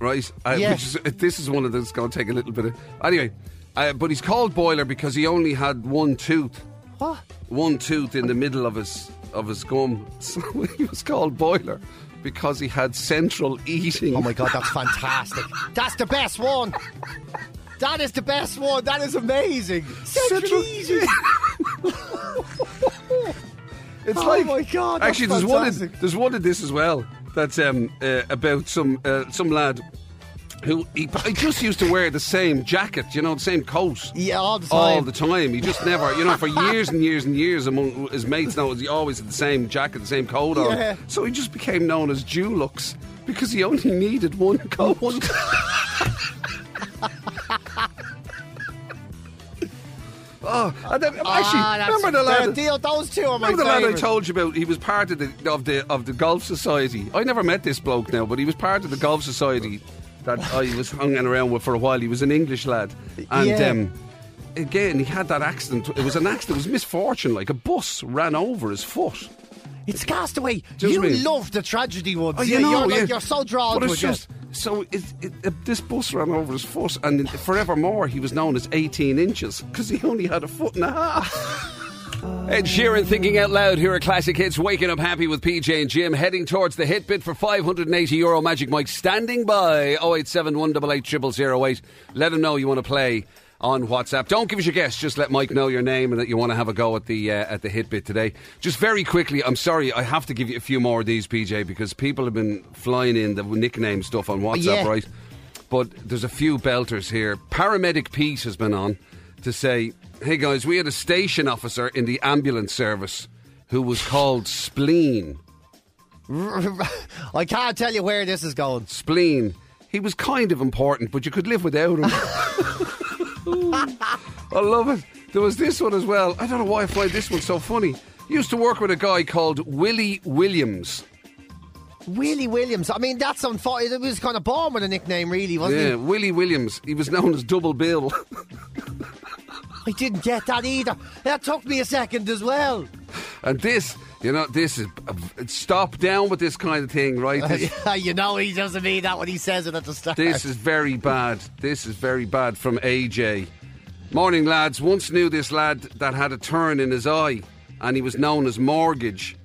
Speaker 1: right? Uh,
Speaker 2: Yeah.
Speaker 1: Which is, uh, this is one of that's going to take a little bit of anyway. Uh, but he's called Boiler because he only had one tooth,
Speaker 2: what?
Speaker 1: one tooth in the middle of his of his gum, so he was called Boiler because he had central eating.
Speaker 2: Oh my god, that's fantastic. That's the best one. That is the best one. That is amazing.
Speaker 1: Central-
Speaker 2: Central easy.
Speaker 1: It's
Speaker 2: Oh
Speaker 1: like
Speaker 2: my God, that's
Speaker 1: Actually, there's one. In,
Speaker 2: fantastic.
Speaker 1: there's one in this as well. That's um, uh, about some uh, some lad who he, he just used to wear the same jacket, you know, the same coat.
Speaker 2: Yeah, all the time.
Speaker 1: All the time, he just never, you know, for years and years and years among his mates now, he always had the same jacket, the same coat on.
Speaker 2: Yeah.
Speaker 1: So he just became known as Dulux because he only needed one coat. oh, and then, actually,
Speaker 2: Ah, that's-
Speaker 1: remember the lad?
Speaker 2: they're deal- Those two are my
Speaker 1: Remember the lad I
Speaker 2: favorite.
Speaker 1: told you about? He was part of the of the of the golf society. I never met this bloke now, but he was part of the golf society that I was hanging around with for a while. He was an English lad, and
Speaker 2: Yeah.
Speaker 1: um, again he had that accident. It was an accident. It was misfortune. Like a bus ran over his foot.
Speaker 2: It's Castaway.
Speaker 1: Do you
Speaker 2: You
Speaker 1: know what I mean?
Speaker 2: love the tragedy ones.
Speaker 1: Oh,
Speaker 2: yeah,
Speaker 1: you know,
Speaker 2: you're, like,
Speaker 1: yeah.
Speaker 2: you're so drawn
Speaker 1: But
Speaker 2: to
Speaker 1: it's
Speaker 2: it. yeah.
Speaker 1: just so it, it, it- this bus ran over his foot, and forevermore he was known as 18 inches because he only had a foot and a half. Ed Sheeran thinking out loud here at Classic Hits, waking up happy with PJ and Jim, heading towards the hit bit for 580 euro Magic Mike, standing by 087 188 0008. Let him know you want to play on WhatsApp. Don't give us your guess, just let Mike know your name and that you want to have a go at the uh, at the hit bit today. Just very quickly, I'm sorry, I have to give you a few more of these, PJ, because people have been flying in the nickname stuff on WhatsApp,
Speaker 2: Yeah.
Speaker 1: right? But there's a few belters here. Paramedic Pete has been on to say, hey guys, we had a station officer in the ambulance service who was called Spleen.
Speaker 2: I can't tell you where this is going.
Speaker 1: Spleen. He was kind of important, but you could live without him. I love it. There was this one as well. I don't know why I find this one so funny. Used to work with a guy called Willie Williams.
Speaker 2: Willie Williams. I mean, that's on fire. He was kind of born with a nickname, really, wasn't
Speaker 1: Yeah, Willie Williams. He was known as Double Bill.
Speaker 2: he? I didn't get that either. That took me a second as well.
Speaker 1: And this, you know, this is stop down with this kind of thing, right? This,
Speaker 2: you know, he doesn't mean that when he says it at the start.
Speaker 1: this is very bad. This is very bad from AJ. Morning, lads. Once knew this lad that had a turn in his eye, and he was known as Mortgage.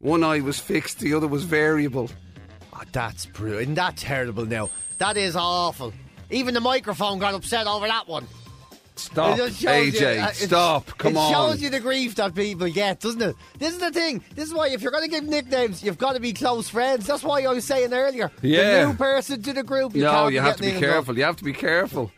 Speaker 1: One eye was fixed, the other was variable.
Speaker 2: Oh, that's brutal. Isn't that terrible now? That is awful. Even the microphone got upset over that one.
Speaker 1: Stop,
Speaker 2: It just shows
Speaker 1: AJ.
Speaker 2: you- uh, it-
Speaker 1: stop. Come
Speaker 2: it
Speaker 1: on.
Speaker 2: shows you the grief that people get, doesn't it? This is the thing. This is why if you're going to give nicknames, you've got to be close friends. That's why I was saying earlier.
Speaker 1: Yeah.
Speaker 2: The new person to the group. You
Speaker 1: no,
Speaker 2: can't
Speaker 1: you have to be
Speaker 2: getting in and
Speaker 1: careful. You have to be careful.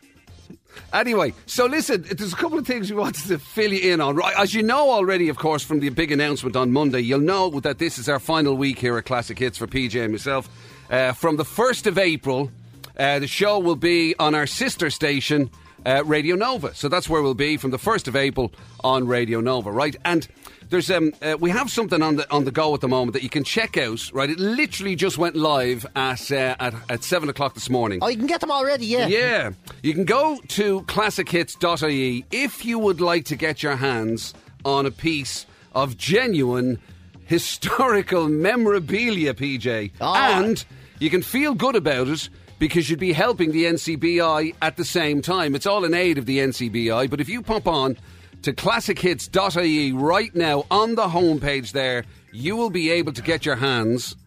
Speaker 1: Anyway, so listen, there's a couple of things we wanted to fill you in on. Right, as you know already, of course, from the big announcement on Monday, you'll know that this is our final week here at Classic Hits for PJ and myself. Uh, from the 1st of April, uh, the show will be on our sister station, uh, Radio Nova. So that's where we'll be from the 1st of April on Radio Nova, right? And there's um, uh, we have something on the on the go at the moment that you can check out, right? It literally just went live at uh, at, at 7 o'clock this morning.
Speaker 2: go. Oh, you can get them already, yeah.
Speaker 1: Yeah. You can go to classichits.ie E if you would like to get your hands on a piece of genuine historical memorabilia, PJ.
Speaker 2: Oh.
Speaker 1: And you can feel good about it because you'd be helping the NCBI at the same time. It's all in aid of the NCBI, but if you pop on to classichits.ie E right now on the homepage there, you will be able to get your hands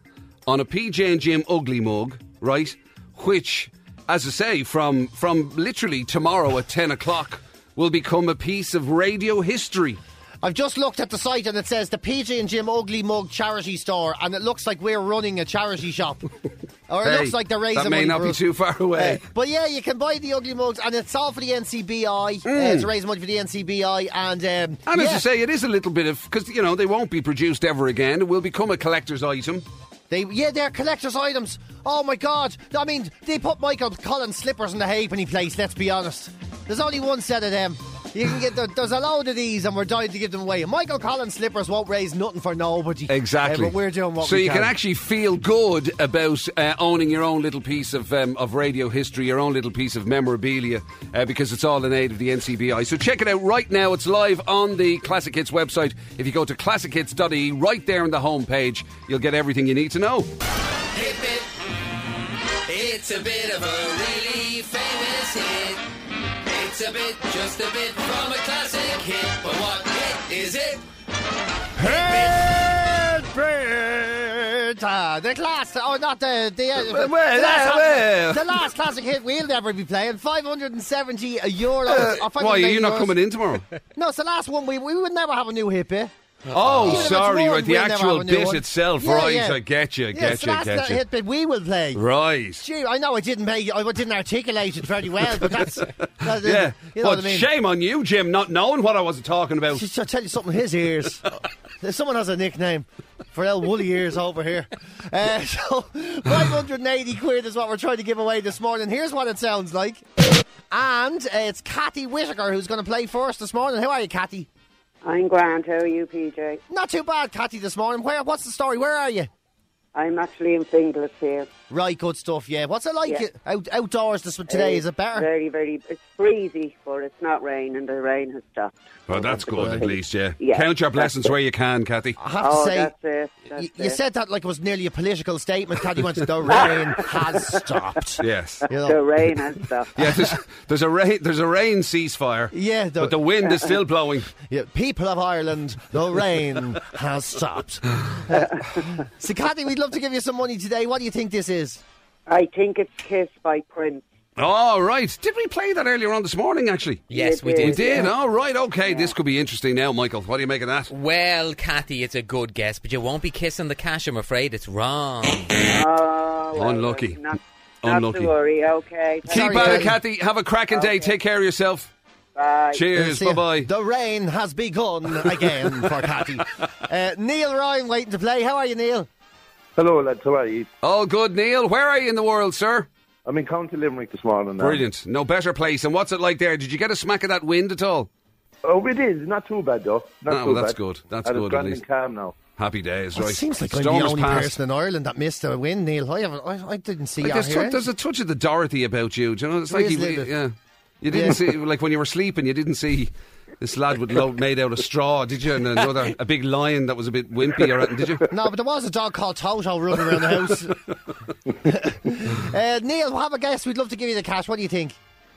Speaker 1: on a PJ and Jim ugly mug, right? Which, as I say, from from literally tomorrow at ten o'clock, will become a piece of radio history.
Speaker 2: I've just looked at the site and it says the PJ and Jim Ugly Mug charity store, and it looks like we're running a charity shop, or it
Speaker 1: Hey,
Speaker 2: looks like they're raising
Speaker 1: that may
Speaker 2: money
Speaker 1: not
Speaker 2: for
Speaker 1: be
Speaker 2: us.
Speaker 1: too far away.
Speaker 2: Uh, but yeah, you can buy the ugly mugs, and it's all for the NCBI uh, to raise money for the NCBI. And
Speaker 1: Mm.
Speaker 2: um,
Speaker 1: And as
Speaker 2: yeah,
Speaker 1: I say, it is a little bit of because you know they won't be produced ever again. It will become a collector's item.
Speaker 2: they yeah they're collectors' items. Oh my god! I mean, they put Michael Collins slippers in the halfpenny place. Let's be honest. There's only one set of them. You can get the, there's a load of these, and we're dying to give them away. Michael Collins slippers won't raise nothing for nobody.
Speaker 1: Exactly.
Speaker 2: Uh, but we're doing what
Speaker 1: so
Speaker 2: we
Speaker 1: you
Speaker 2: can.
Speaker 1: can actually feel good about uh, owning your own little piece of um, of radio history, your own little piece of memorabilia, uh, because it's all in aid of the NCBI. So check it out right now. It's live on the Classic Hits website. If you go to classichits.e, E, right there on the homepage, you'll get everything you need to know.
Speaker 4: Hip it. It's a bit of a really famous hit. It's a bit, just a bit from a classic hit. But what hit is it?
Speaker 2: Headbird, uh, the class, oh, not the the, uh,
Speaker 1: Well,
Speaker 2: the,
Speaker 1: well,
Speaker 2: last,
Speaker 1: well.
Speaker 2: the last classic hit we'll never be playing. Five hundred and seventy euros. Oh, or
Speaker 1: Uh, Why are you
Speaker 2: 590
Speaker 1: not
Speaker 2: euros.
Speaker 1: coming in tomorrow?
Speaker 2: No, it's the last one. We we would never have a new hit here.
Speaker 1: Oh,
Speaker 2: Even if it's
Speaker 1: sorry,
Speaker 2: one,
Speaker 1: right? The
Speaker 2: we'll never have
Speaker 1: actual
Speaker 2: a new
Speaker 1: bit
Speaker 2: one.
Speaker 1: itself,
Speaker 2: Yeah,
Speaker 1: right?
Speaker 2: yeah.
Speaker 1: I get you,
Speaker 2: Yeah,
Speaker 1: get
Speaker 2: it's the
Speaker 1: you,
Speaker 2: last
Speaker 1: get you.
Speaker 2: hit bit we will play.
Speaker 1: Right.
Speaker 2: Gee, I know I didn't make, I didn't articulate it very well, but that's, that's
Speaker 1: Yeah. Oh,
Speaker 2: You know
Speaker 1: but
Speaker 2: what I mean?
Speaker 1: shame on you, Jim, not knowing what I was talking about.
Speaker 2: Just- I'll tell you something, his ears. If someone has a nickname for El Woolly Ears over here. Uh, so, 580 quid is what we're trying to give away this morning. Here's what it sounds like. And uh, it's Cathy Whittaker who's going to play for us this morning. How are you, Cathy?
Speaker 5: I'm grand. How are you, PJ?
Speaker 2: Not too bad, Cathy, this morning. Where? What's the story? Where are you?
Speaker 5: I'm actually in Finglas here.
Speaker 2: Right, good stuff, yeah. What's it like
Speaker 5: Yeah.
Speaker 2: out, outdoors this today? Is it better?
Speaker 5: Very, very. It's breezy, but it's not rain, and the rain has stopped.
Speaker 1: Well,
Speaker 5: So
Speaker 1: that's
Speaker 5: a
Speaker 1: good, at
Speaker 5: thing.
Speaker 1: least, yeah.
Speaker 5: Yeah.
Speaker 1: Count your blessings where you can, Kathy.
Speaker 2: I have
Speaker 5: Oh,
Speaker 2: to say,
Speaker 5: that's it. That's
Speaker 2: you,
Speaker 5: it.
Speaker 2: you said that like it was nearly a political statement, Cathy. Went, the rain has stopped.
Speaker 1: Yes.
Speaker 2: You know.
Speaker 5: the rain has stopped.
Speaker 1: Yeah, there's, there's a rain there's a rain ceasefire.
Speaker 2: Yeah, the-
Speaker 1: but the wind is still blowing.
Speaker 2: Yeah, people of Ireland, the rain has stopped. Uh, so, Cathy, we'd love to give you some money today. What do you think this is?
Speaker 5: I think it's Kiss by Prince.
Speaker 1: All right, did we play that earlier on this morning? Actually,
Speaker 5: Yes, we did.
Speaker 1: we did. All right, okay, this could be interesting now, Michael. What do you make of that?
Speaker 4: Well, Kathy, it's a good guess, but you won't be kissing the cash, I'm afraid. It's wrong.
Speaker 5: Oh, well,
Speaker 1: Unlucky.
Speaker 5: Not, not
Speaker 1: Unlucky.
Speaker 5: to worry. Okay.
Speaker 1: Keep
Speaker 2: Sorry,
Speaker 1: at it,
Speaker 2: Daddy.
Speaker 1: Kathy. Have a cracking day. Take care of yourself.
Speaker 5: Bye.
Speaker 1: Cheers.
Speaker 2: See ya.
Speaker 1: Bye bye.
Speaker 2: The rain has begun again for Cathy. Uh, Neil Ryan waiting to play. How are you, Neil?
Speaker 6: Hello, lads. How are you?
Speaker 1: Oh, All good, Neil. Where are you in the world, sir?
Speaker 6: I'm in County Limerick this morning. now.
Speaker 1: Brilliant. No better place. And what's it like there? Did you get a smack of that wind at all?
Speaker 6: Oh, it is. Not too bad, though. Not
Speaker 1: Ah,
Speaker 6: too
Speaker 1: well, that's
Speaker 6: bad.
Speaker 1: good. That's
Speaker 6: and
Speaker 1: good, at
Speaker 6: It's grand
Speaker 1: least.
Speaker 6: and calm now.
Speaker 1: Happy days, right?
Speaker 2: It seems like
Speaker 1: Storm
Speaker 2: I'm the
Speaker 1: has
Speaker 2: only
Speaker 1: passed.
Speaker 2: person in Ireland that missed a win, Neil. I haven't. I, I didn't see
Speaker 1: Like,
Speaker 2: you
Speaker 1: there's,
Speaker 2: here.
Speaker 1: tou- there's a touch of the Dorothy about you. Do you know, it's
Speaker 2: There
Speaker 1: like you,
Speaker 2: is a little bit.
Speaker 1: yeah, you didn't
Speaker 2: Yeah.
Speaker 1: see like when you were sleeping, you didn't see this lad with load made out of straw, did you? And another a big lion that was a bit wimpy, or anything, did you?
Speaker 2: No, but there was a dog called Toto running around the house. uh, Neil, have a guess. We'd love to give you the cash. What do you think?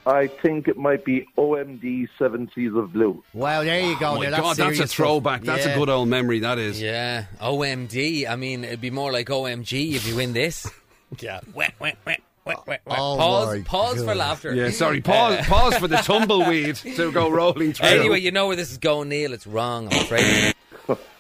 Speaker 6: I think it might be OMD Seven Seas of Blue.
Speaker 2: Well, there you go.
Speaker 1: Oh my
Speaker 2: Neil.
Speaker 1: God, that's a
Speaker 2: serious
Speaker 1: throwback.
Speaker 2: stuff.
Speaker 1: That's
Speaker 2: Yeah.
Speaker 1: a good old memory. That is.
Speaker 4: Yeah, OMD. I mean, it'd be more like OMG if you win this.
Speaker 2: Yeah.
Speaker 4: Wah, wah, wah, wah, wah, wah.
Speaker 2: Oh
Speaker 4: pause
Speaker 2: my
Speaker 4: pause for
Speaker 2: God.
Speaker 4: laughter.
Speaker 1: Yeah, sorry. Pause. Pause for the tumbleweed to go rolling through.
Speaker 4: Anyway, you know where this is going, Neil. It's wrong, I'm afraid.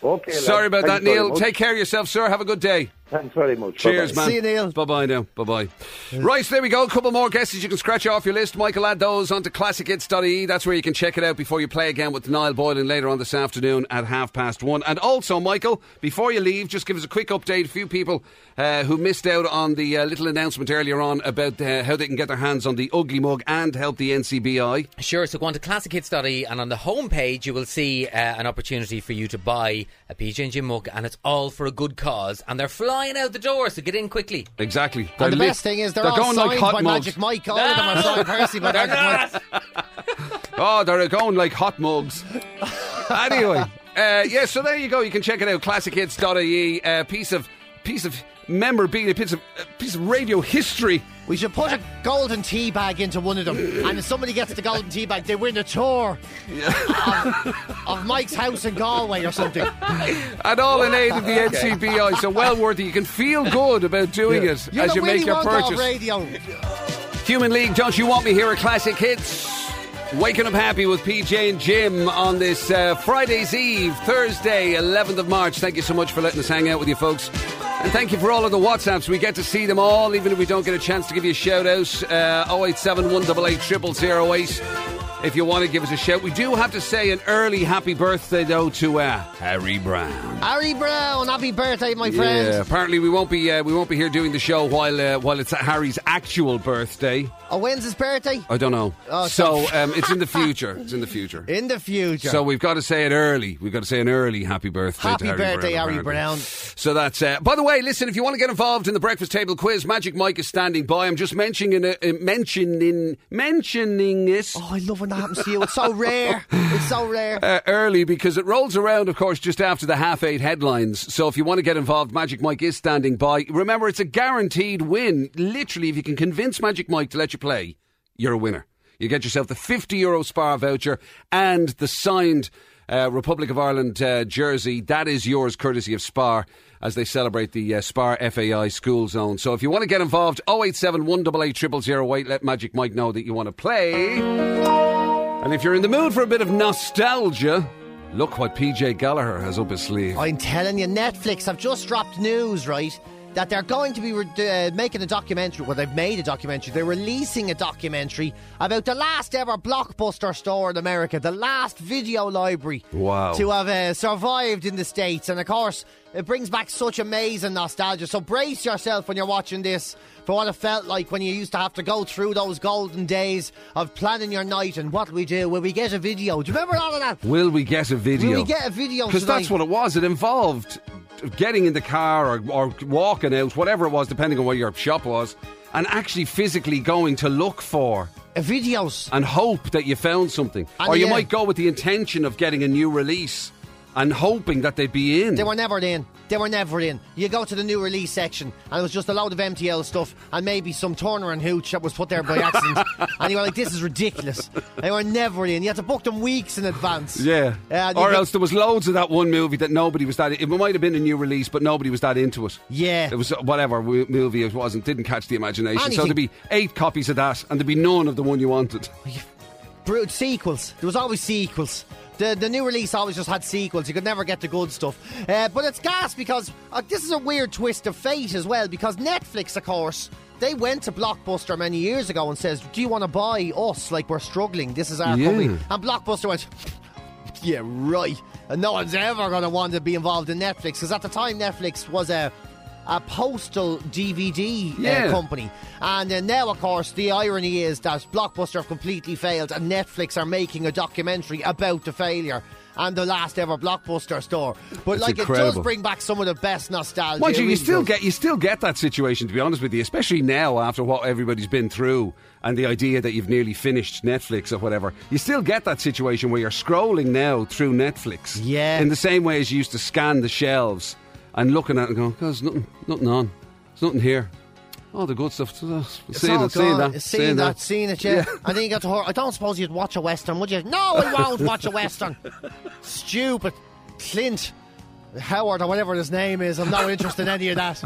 Speaker 6: Okay. lad.
Speaker 1: sorry about that,
Speaker 6: Thanks very
Speaker 1: Neil.
Speaker 6: much.
Speaker 1: Take care of yourself, sir. Have a good day.
Speaker 6: Thanks very much.
Speaker 1: Cheers,
Speaker 6: Bye-bye.
Speaker 1: man.
Speaker 2: See you, Neil.
Speaker 1: Bye bye now. Bye bye. Right, so there we go. A couple more guesses you can scratch off your list. Michael, add those onto classichits.ie. E. That's where you can check it out before you play again with Niall Boylan later on this afternoon at half past one. And also, Michael, before you leave, just give us a quick update. A few people uh, who missed out on the uh, little announcement earlier on about uh, how they can get their hands on the ugly mug and help the NCBI.
Speaker 4: Sure, so go on to classichits.ie and on the homepage you will see uh, an opportunity for you to buy a PJ&J mug and it's all for a good cause and they're flying out the door, so get in quickly.
Speaker 1: Exactly.
Speaker 2: And the
Speaker 1: They're lit-
Speaker 2: best thing is they're,
Speaker 1: they're
Speaker 2: all
Speaker 1: going
Speaker 2: signed
Speaker 1: like hot
Speaker 2: by
Speaker 1: mugs.
Speaker 2: Magic Mike. All of them are signed personally by
Speaker 4: They're
Speaker 2: Magic Mike.
Speaker 4: not!
Speaker 1: Oh, they're going like hot mugs. anyway, uh, yeah, so there you go. You can check it out. Classichits.ie. A piece of piece of memorabilia, piece of uh, piece of radio history.
Speaker 2: We should put a golden tea bag into one of them, and if somebody gets the golden tea bag, they win a tour of, of Mike's house in Galway or something.
Speaker 1: And all in aid of the NCBI. So well worth it. You can feel good about doing it
Speaker 2: You
Speaker 1: as
Speaker 2: know,
Speaker 1: you
Speaker 2: Willy
Speaker 1: make your
Speaker 2: Wonka
Speaker 1: purchase.
Speaker 2: on radio.
Speaker 1: Human League, don't you want me here at Classic Hits? Waking up happy with PJ and Jim on this uh, Friday's Eve, Thursday, 11th of March. Thank you so much for letting us hang out with you folks. And thank you for all of the WhatsApps. We get to see them all, even if we don't get a chance to give you a shout out. Uh, 087 188 if you want to give us a shout. We do have to say an early happy birthday, though, to uh, Harry Brown.
Speaker 2: Harry Brown, happy birthday, my friend.
Speaker 1: Yeah, apparently we won't be uh, we won't be here doing the show while uh, while it's Harry's actual birthday.
Speaker 2: Oh, when's his birthday?
Speaker 1: I don't know.
Speaker 2: Oh,
Speaker 1: so
Speaker 2: so-
Speaker 1: um, it's in the future. It's in the future.
Speaker 2: In the future.
Speaker 1: So we've got to say it early. We've got to say an early happy birthday.
Speaker 2: Happy
Speaker 1: to Harry
Speaker 2: birthday,
Speaker 1: Brown,
Speaker 2: Harry
Speaker 1: apparently.
Speaker 2: Brown.
Speaker 1: So that's. Uh, by the way, listen. If you want to get involved in the breakfast table quiz, Magic Mike is standing by. I'm just mentioning uh, uh, mentioning mentioning this.
Speaker 2: Oh, I love when that happens to you. It's so rare. It's so rare.
Speaker 1: uh, early because it rolls around, of course, just after the half eight headlines. So if you want to get involved, Magic Mike is standing by. Remember, it's a guaranteed win. Literally, if you can convince Magic Mike to let you play, you're a winner. You get yourself the 50 euro spar voucher and the signed. Uh, Republic of Ireland uh, jersey that is yours, courtesy of Spar, as they celebrate the uh, Spar FAI School Zone. So if you want to get involved, 087 188 0008, let Magic Mike know that you want to play. And if you're in the mood for a bit of nostalgia, look what PJ Gallagher has up his sleeve.
Speaker 2: I'm telling you, Netflix have just dropped news, right? That they're going to be re- uh, making a documentary. Well, they've made a documentary. They're releasing a documentary about the last ever blockbuster store in America, the last video library
Speaker 1: Wow.
Speaker 2: to have uh, survived in the States. And of course, it brings back such amazing nostalgia. So brace yourself when you're watching this for what it felt like when you used to have to go through those golden days of planning your night and what we do. Will we get a video? Do you remember all of that?
Speaker 1: Will we get a video?
Speaker 2: Will we get a video
Speaker 1: Because that's
Speaker 2: tonight?
Speaker 1: what it was. It involved getting in the car or, or walking out, whatever it was, depending on where your shop was, and actually physically going to look for
Speaker 2: Uh, videos.
Speaker 1: and hope that you found something.
Speaker 2: And
Speaker 1: or you
Speaker 2: yeah.
Speaker 1: might go with the intention of getting a new release and hoping that they'd be in.
Speaker 2: They were never in. They were never in. You go to the new release section, and it was just a load of MTL stuff, and maybe some Turner and Hooch that was put there by accident. and you were like, "This is ridiculous." They were never in. You had to book them weeks in advance.
Speaker 1: Yeah.
Speaker 2: Yeah, and you
Speaker 1: or
Speaker 2: go-
Speaker 1: else there was loads of that one movie that nobody was that. It might have been a new release, but nobody was that into it.
Speaker 2: Yeah.
Speaker 1: It was uh, whatever w- movie it wasn't. Didn't catch the imagination. So
Speaker 2: Anything.
Speaker 1: there'd be eight copies of that, and there'd be none of the one you wanted.
Speaker 2: Brood sequels. There was always sequels. The, the new release always just had sequels. You could never get the good stuff. Uh, but it's gas because uh, this is a weird twist of fate as well. Because Netflix, of course, they went to Blockbuster many years ago and says, "Do you want to buy us? Like we're struggling. This is our
Speaker 1: Yeah.
Speaker 2: company." And Blockbuster went, "Yeah, right." And no one's ever going to want to be involved in Netflix because at the time Netflix was a a postal DVD uh,
Speaker 1: Yeah.
Speaker 2: company. And uh, now, of course, the irony is that Blockbuster have completely failed and Netflix are making a documentary about the failure and the last ever Blockbuster store. But,
Speaker 1: It's
Speaker 2: like, it does
Speaker 1: incredible.
Speaker 2: bring back some of the best nostalgia.
Speaker 1: Mind
Speaker 2: It
Speaker 1: you, you
Speaker 2: really
Speaker 1: still
Speaker 2: does.
Speaker 1: get you still get that situation. To be honest with you, especially now after what everybody's been through and the idea that you've nearly finished Netflix or whatever, you still get that situation where you're scrolling now through Netflix.
Speaker 2: Yeah.
Speaker 1: In the same way as you used to scan the shelves and looking at it and going, "God, there's nothing, nothing on. There's nothing here. All the good stuff. Seeing
Speaker 2: It's all
Speaker 1: that, seeing
Speaker 2: gone.
Speaker 1: that,
Speaker 2: seeing Oh, that, seeing it, yeah. And then you got to her. I don't suppose you'd watch a western, would you? No, I won't watch a western. Stupid, Clint, Howard, or whatever his name is. I'm not interested in any of that.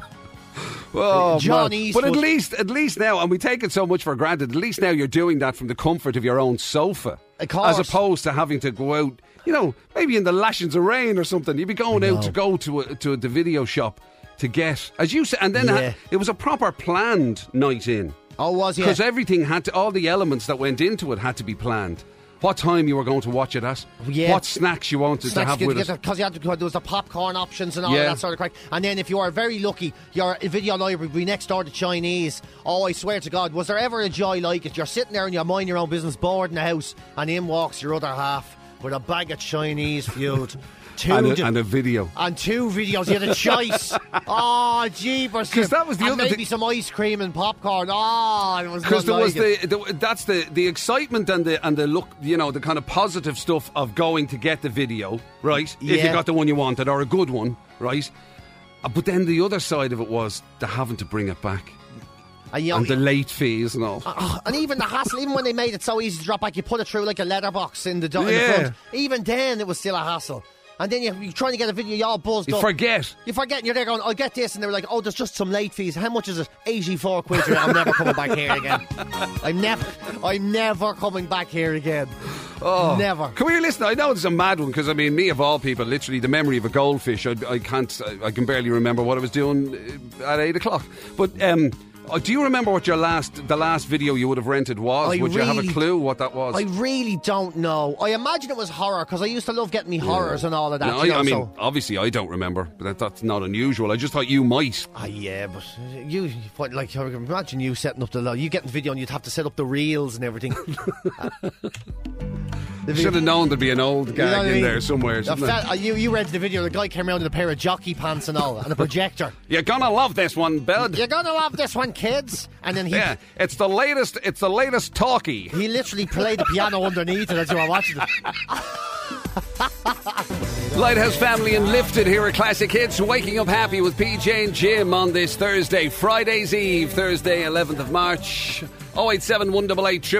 Speaker 1: Oh,
Speaker 2: John
Speaker 1: man.
Speaker 2: Eastwood.
Speaker 1: But at least, at least now, and we take it so much for granted. At least now you're doing that from the comfort of your own sofa,
Speaker 2: Of course.
Speaker 1: as opposed to having to go out. You know, maybe in the lashings of rain or something, you'd be going out to go to a, to a, the video shop to get, as you said, and then
Speaker 2: Yeah.
Speaker 1: it was a proper planned night in
Speaker 2: Oh, was he?
Speaker 1: because everything had to, all the elements that went into it had to be planned. What time you were going to watch it at?
Speaker 2: Yeah.
Speaker 1: What snacks you wanted to have with us?
Speaker 2: because you had to, there was the popcorn options and all
Speaker 1: Yeah.
Speaker 2: that sort of crack. And then if you are very lucky, your video library would be next door to Chinese. Oh, I swear to God, was there ever a joy like it? You're sitting there and you're mind your own business, bored in the house, and in walks your other half with a bag of Chinese food. Two
Speaker 1: And
Speaker 2: di-
Speaker 1: a, and a video.
Speaker 2: and two videos. You had a choice. oh, jeepers!
Speaker 1: 'Cause that was the
Speaker 2: and
Speaker 1: other
Speaker 2: maybe
Speaker 1: thing-
Speaker 2: some ice cream and popcorn. Oh, it was
Speaker 1: Because
Speaker 2: nothing
Speaker 1: there was
Speaker 2: like it.
Speaker 1: the, the that's the the excitement and the and the look you know the kind of positive stuff of going to get the video right if you
Speaker 2: Yeah.
Speaker 1: got the one you wanted or a good one right, Uh, but then the other side of it was the having to bring it back
Speaker 2: and, you know,
Speaker 1: and the late fees and all.
Speaker 2: Oh, and even the hassle, even when they made it so easy to drop back, you put it through like a letterbox in the, do- in
Speaker 1: Yeah.
Speaker 2: the front. Even then, it was still a hassle. And then you, you're trying to get a video, you're all buzzed
Speaker 1: You
Speaker 2: up.
Speaker 1: forget.
Speaker 2: You forget, and you're there going, I'll get this. And they were like, oh, there's just some late fees. How much is it? 84 quid. You're like, I'm never coming back here again. I'm never, I'm never coming back here again. Oh. Never.
Speaker 1: Come here, listen. I know it's a mad one because I mean, me of all people, literally the memory of a goldfish. I, I can't. I, I can barely remember what I was doing uh, at eight o'clock. But um, uh, do you remember what your last the last video you would have rented was?
Speaker 2: I
Speaker 1: would you have a
Speaker 2: really-
Speaker 1: clue what that was?
Speaker 2: I really don't know. I imagine it was horror because I used to love getting me horrors and all of that.
Speaker 1: No,
Speaker 2: you
Speaker 1: I,
Speaker 2: know,
Speaker 1: I mean,
Speaker 2: so-
Speaker 1: obviously, I don't remember, but that, that's not unusual. I just thought you might.
Speaker 2: Ah, yeah, but you, but like, I can imagine you setting up the law. You getting video and you'd have to set up the reels and everything. The
Speaker 1: Should have known there'd be an old
Speaker 2: you know
Speaker 1: gag
Speaker 2: what I
Speaker 1: in
Speaker 2: mean?
Speaker 1: there somewhere.
Speaker 2: The
Speaker 1: shouldn't there?
Speaker 2: fel- uh, you, you rented the video, the guy came around in a pair of jockey pants and all, and a projector.
Speaker 1: You're gonna love this one, bud.
Speaker 2: You're going to love this one, kids. And then he,
Speaker 1: Yeah, it's the latest. It's the latest talkie.
Speaker 2: he literally played the piano underneath it as you were watching it.
Speaker 1: Lighthouse Family and Lifted here at Classic Hits, waking up happy with PJ and Jim on this Thursday, Friday's Eve, Thursday, 11th of March. 087 188 0008,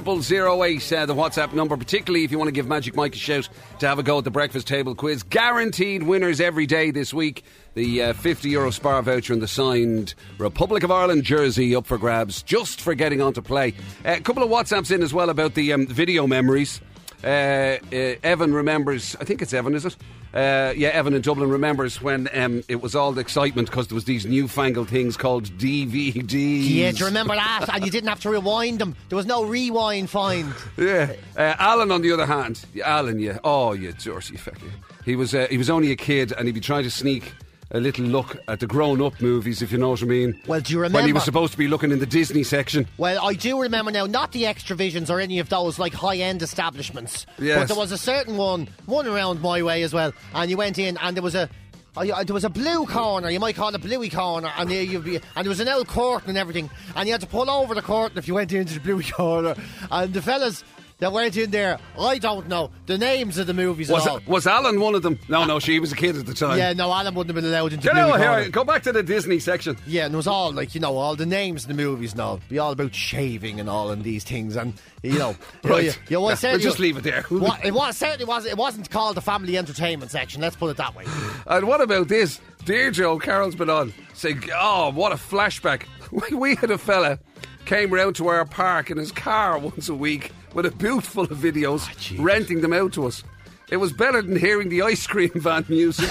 Speaker 1: uh, the WhatsApp number, particularly if you want to give Magic Mike a shout to have a go at the breakfast table quiz. Guaranteed winners every day this week. The uh, 50 euro spar voucher and the signed Republic of Ireland jersey up for grabs just for getting on to play. Uh, a couple of WhatsApps in as well about the um, video memories. Uh, uh, Evan remembers, I think it's Evan, is it? Uh, yeah, Evan in Dublin remembers when um, it was all the excitement because there was these newfangled things called DVDs.
Speaker 2: Yeah, do you remember that? And you didn't have to rewind them. There was no rewind find.
Speaker 1: Yeah. Uh, Alan, on the other hand, yeah, Alan, yeah, oh, you dirty fucker. He was uh, he was only a kid, and he'd be trying to sneak a little look at the grown-up movies, if you know what I mean.
Speaker 2: Well, do you
Speaker 1: when he
Speaker 2: remember-
Speaker 1: was supposed to be looking in the Disney section?
Speaker 2: Well, I do remember now, not the extra visions or any of those like high end establishments. But
Speaker 1: Yes.
Speaker 2: there was a certain one, one around my way as well, and you went in and there was a. uh, you- uh, There was a blue corner, you might call it a bluey corner, and there you'd be, and there was an old curtain and everything, and you had to pull over the curtain if you went into the bluey corner. And the fellas that went in there, I don't know the names of the movies
Speaker 1: Was
Speaker 2: at all.
Speaker 1: was Alan one of them? No, no, she was a kid at the time.
Speaker 2: yeah, no, Alan wouldn't have been allowed into
Speaker 1: Get
Speaker 2: the bluey
Speaker 1: out
Speaker 2: corner.
Speaker 1: here! Go back to the Disney section.
Speaker 2: Yeah, and it was all like, you know, all the names in the movies and all. Be all about shaving and all and these things. And, you know, you know,
Speaker 1: Right.
Speaker 2: You, you always
Speaker 1: Yeah,
Speaker 2: said
Speaker 1: we'll
Speaker 2: you-
Speaker 1: just leave it there.
Speaker 2: Wa- it was certainly was it wasn't called the family entertainment section, let's put it that way.
Speaker 1: And what about this? Deirdre O'Carroll's been on saying, oh, what a flashback. We, we had a fella came round to our park in his car once a week with a boot full of videos, renting them out to us. It was better than hearing the ice cream van music.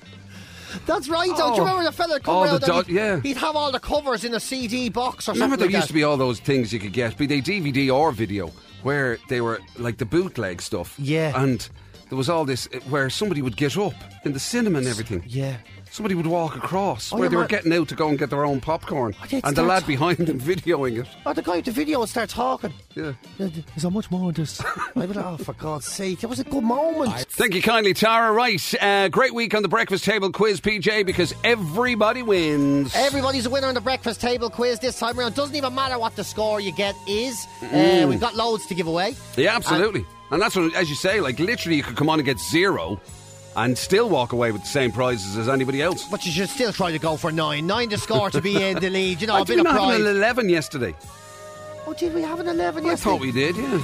Speaker 2: That's right, though. Do you
Speaker 1: Oh.
Speaker 2: remember the fella
Speaker 1: Oh,
Speaker 2: coming
Speaker 1: the
Speaker 2: out and
Speaker 1: dot-
Speaker 2: he'd,
Speaker 1: yeah.
Speaker 2: he'd have all the covers in a CD box or
Speaker 1: Remember,
Speaker 2: something
Speaker 1: there
Speaker 2: like
Speaker 1: used
Speaker 2: that.
Speaker 1: to be all those things you could get, be they DVD or video, where they were like the bootleg stuff.
Speaker 2: Yeah.
Speaker 1: And there was all this uh, where somebody would get up in the cinema and everything.
Speaker 2: Yeah.
Speaker 1: Somebody would walk across where
Speaker 2: Oh, yeah,
Speaker 1: they were
Speaker 2: man.
Speaker 1: getting out to go and get their own popcorn,
Speaker 2: Oh, that's-
Speaker 1: and the lad
Speaker 2: that's-
Speaker 1: behind them videoing it.
Speaker 2: Oh, the guy with the video and start talking.
Speaker 1: Yeah.
Speaker 2: There's so much more in this. I was like, oh, for God's sake, it was a good moment.
Speaker 1: Thank you kindly, Tara. Right, uh, great week on the breakfast table quiz, PJ, because everybody wins.
Speaker 2: Everybody's a winner on the breakfast table quiz this time around. Doesn't even matter what the score you get is.
Speaker 1: Mm.
Speaker 2: Uh, we've got loads to give away.
Speaker 1: yeah, absolutely. And, that's what, as you say, like literally, you could come on and get zero, and still walk away with the same prizes as anybody else.
Speaker 2: But you should still try to go for nine. Nine to score to be in the lead. You know,
Speaker 1: I
Speaker 2: a bit
Speaker 1: didn't
Speaker 2: of
Speaker 1: have
Speaker 2: pride.
Speaker 1: an eleven yesterday.
Speaker 2: oh, did we have an 11
Speaker 1: I
Speaker 2: yesterday?
Speaker 1: thought we did. Yeah.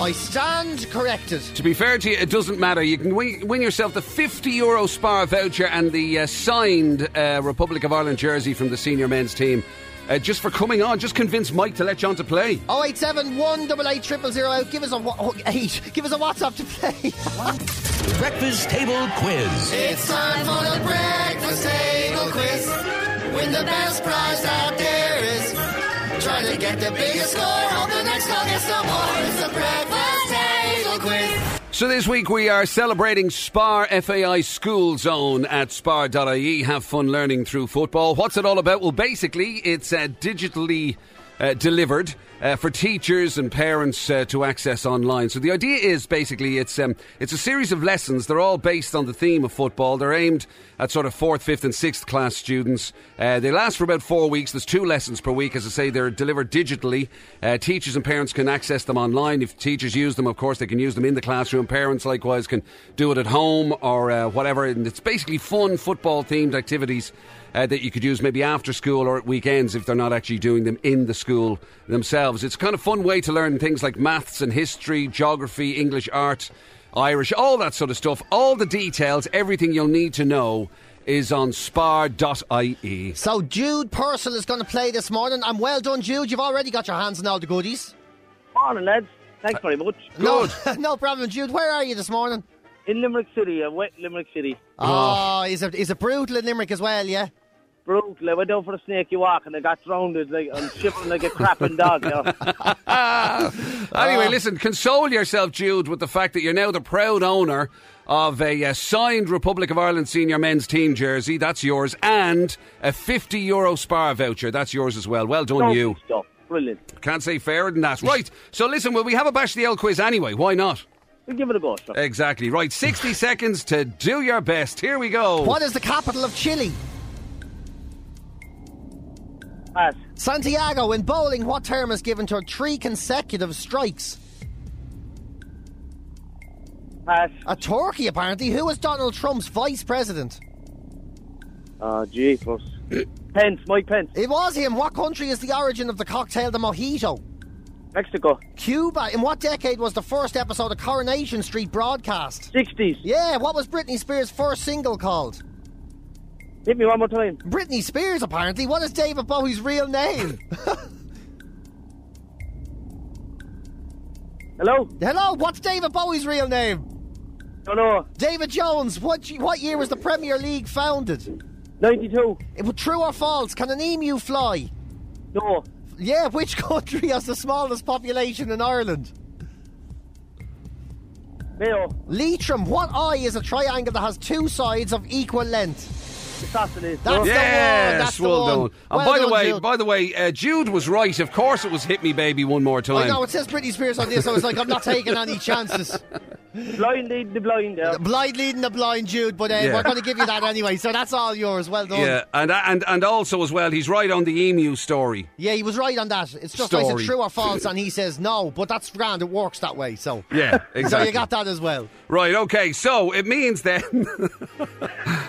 Speaker 2: I stand corrected.
Speaker 1: To be fair to you, it doesn't matter. You can win, win yourself the 50 euro spa voucher and the uh, signed uh, Republic of Ireland jersey from the senior men's team. Uh, just for coming on, just convince Mike to let you on to play.
Speaker 2: 087 188 000. Give us a, wa- oh, eight. Give us a WhatsApp to play.
Speaker 7: Breakfast Table Quiz.
Speaker 4: It's time for the breakfast table quiz. Win the best prize out there is. Try to get the biggest score. Hope the next one gets the more. It's the breakfast table quiz.
Speaker 1: So this week we are celebrating Spar FAI School Zone at spar.ie. Have fun learning through football. What's it all about? Well, basically, it's uh, digitally uh, delivered uh, for teachers and parents uh, to access online. So the idea is basically it's um, it's a series of lessons. They're all based on the theme of football. They're aimed at sort of fourth, fifth, and sixth class students. Uh, they last for about four weeks. There's two lessons per week. As I say, they're delivered digitally. Uh, teachers and parents can access them online. If teachers use them, of course, they can use them in the classroom. Parents, likewise, can do it at home or uh, whatever. And it's basically fun football themed activities uh, that you could use maybe after school or at weekends if they're not actually doing them in the school themselves. It's a kind of fun way to learn things like maths and history, geography, English art, Irish, all that sort of stuff. All the details, everything you'll need to know is on spar.ie.
Speaker 2: so, Jude Purcell is going to play this morning. And well done, Jude. You've already got your hands on all the goodies.
Speaker 8: Morning, lads. Thanks very much.
Speaker 2: No, no problem, Jude. Where are you this morning?
Speaker 8: In Limerick City, I went to Limerick City.
Speaker 2: Oh, he's a, he's a brutal in Limerick as well, yeah?
Speaker 8: Brutal. I went out for a snaky walk and I got drowned. Like, I'm shivering like a crapping dog. You know.
Speaker 2: Ah.
Speaker 1: Anyway, listen, console yourself, Jude, with the fact that you're now the proud owner of a uh, signed Republic of Ireland senior men's team jersey. That's yours. And a 50 euro spar voucher. That's yours as well. Well done,
Speaker 2: Oh.
Speaker 1: you.
Speaker 8: Stuff. Brilliant.
Speaker 1: Can't say fairer than that. Right. So listen, will we have a bash the L quiz anyway? Why not?
Speaker 8: We'll give it a go, sir.
Speaker 1: Exactly. Right. 60 seconds to do your best. Here we go.
Speaker 2: What is the capital of Chile?
Speaker 8: Pass.
Speaker 2: Santiago, in bowling, what term is given to three consecutive strikes?
Speaker 8: Pass.
Speaker 2: A Turkey, apparently. Who is Donald Trump's vice president?
Speaker 8: Oh, jeepers. Pence. Mike Pence.
Speaker 2: It was him. What country is the origin of the cocktail, the mojito?
Speaker 8: Mexico.
Speaker 2: Cuba. In what decade was the first episode of Coronation Street broadcast?
Speaker 8: 60s.
Speaker 2: Yeah, what was Britney Spears' first single called?
Speaker 8: Hit me one more time.
Speaker 2: Britney Spears, apparently. What is David Bowie's real name?
Speaker 8: Hello?
Speaker 2: Hello, what's David Bowie's real name?
Speaker 8: No, no.
Speaker 2: David Jones. What, what year was the Premier League founded?
Speaker 8: 92.
Speaker 2: It was true or false? Can an emu fly?
Speaker 8: No.
Speaker 2: Yeah, which country has the smallest population in Ireland?
Speaker 8: Mayo.
Speaker 2: Leitrim, what eye is a triangle that has two sides of equal length?
Speaker 8: Assassinate.
Speaker 2: That's the one.
Speaker 1: Yes,
Speaker 2: That's the
Speaker 1: well
Speaker 2: one.
Speaker 1: done. And
Speaker 2: Well
Speaker 1: by, the
Speaker 2: done,
Speaker 1: way,
Speaker 2: Jude.
Speaker 1: by the way, uh, Jude was right. Of course, it was hit me, baby, one more time.
Speaker 2: I know it says Britney Spears on this. I was like, I'm not taking any chances.
Speaker 8: blind leading the blind. Yeah.
Speaker 2: Blind leading the blind, Jude. But uh,
Speaker 1: Yeah.
Speaker 2: we're going to give you that anyway. So that's all yours. Well done.
Speaker 1: Yeah, and and and also as well, he's right on the emu story.
Speaker 2: Yeah, he was right on that. It's just I
Speaker 1: Story.
Speaker 2: said true or false, and he says no. But that's grand. It works that way. So
Speaker 1: Yeah,
Speaker 2: so
Speaker 1: exactly.
Speaker 2: you got that as well.
Speaker 1: Right, okay. So it means then,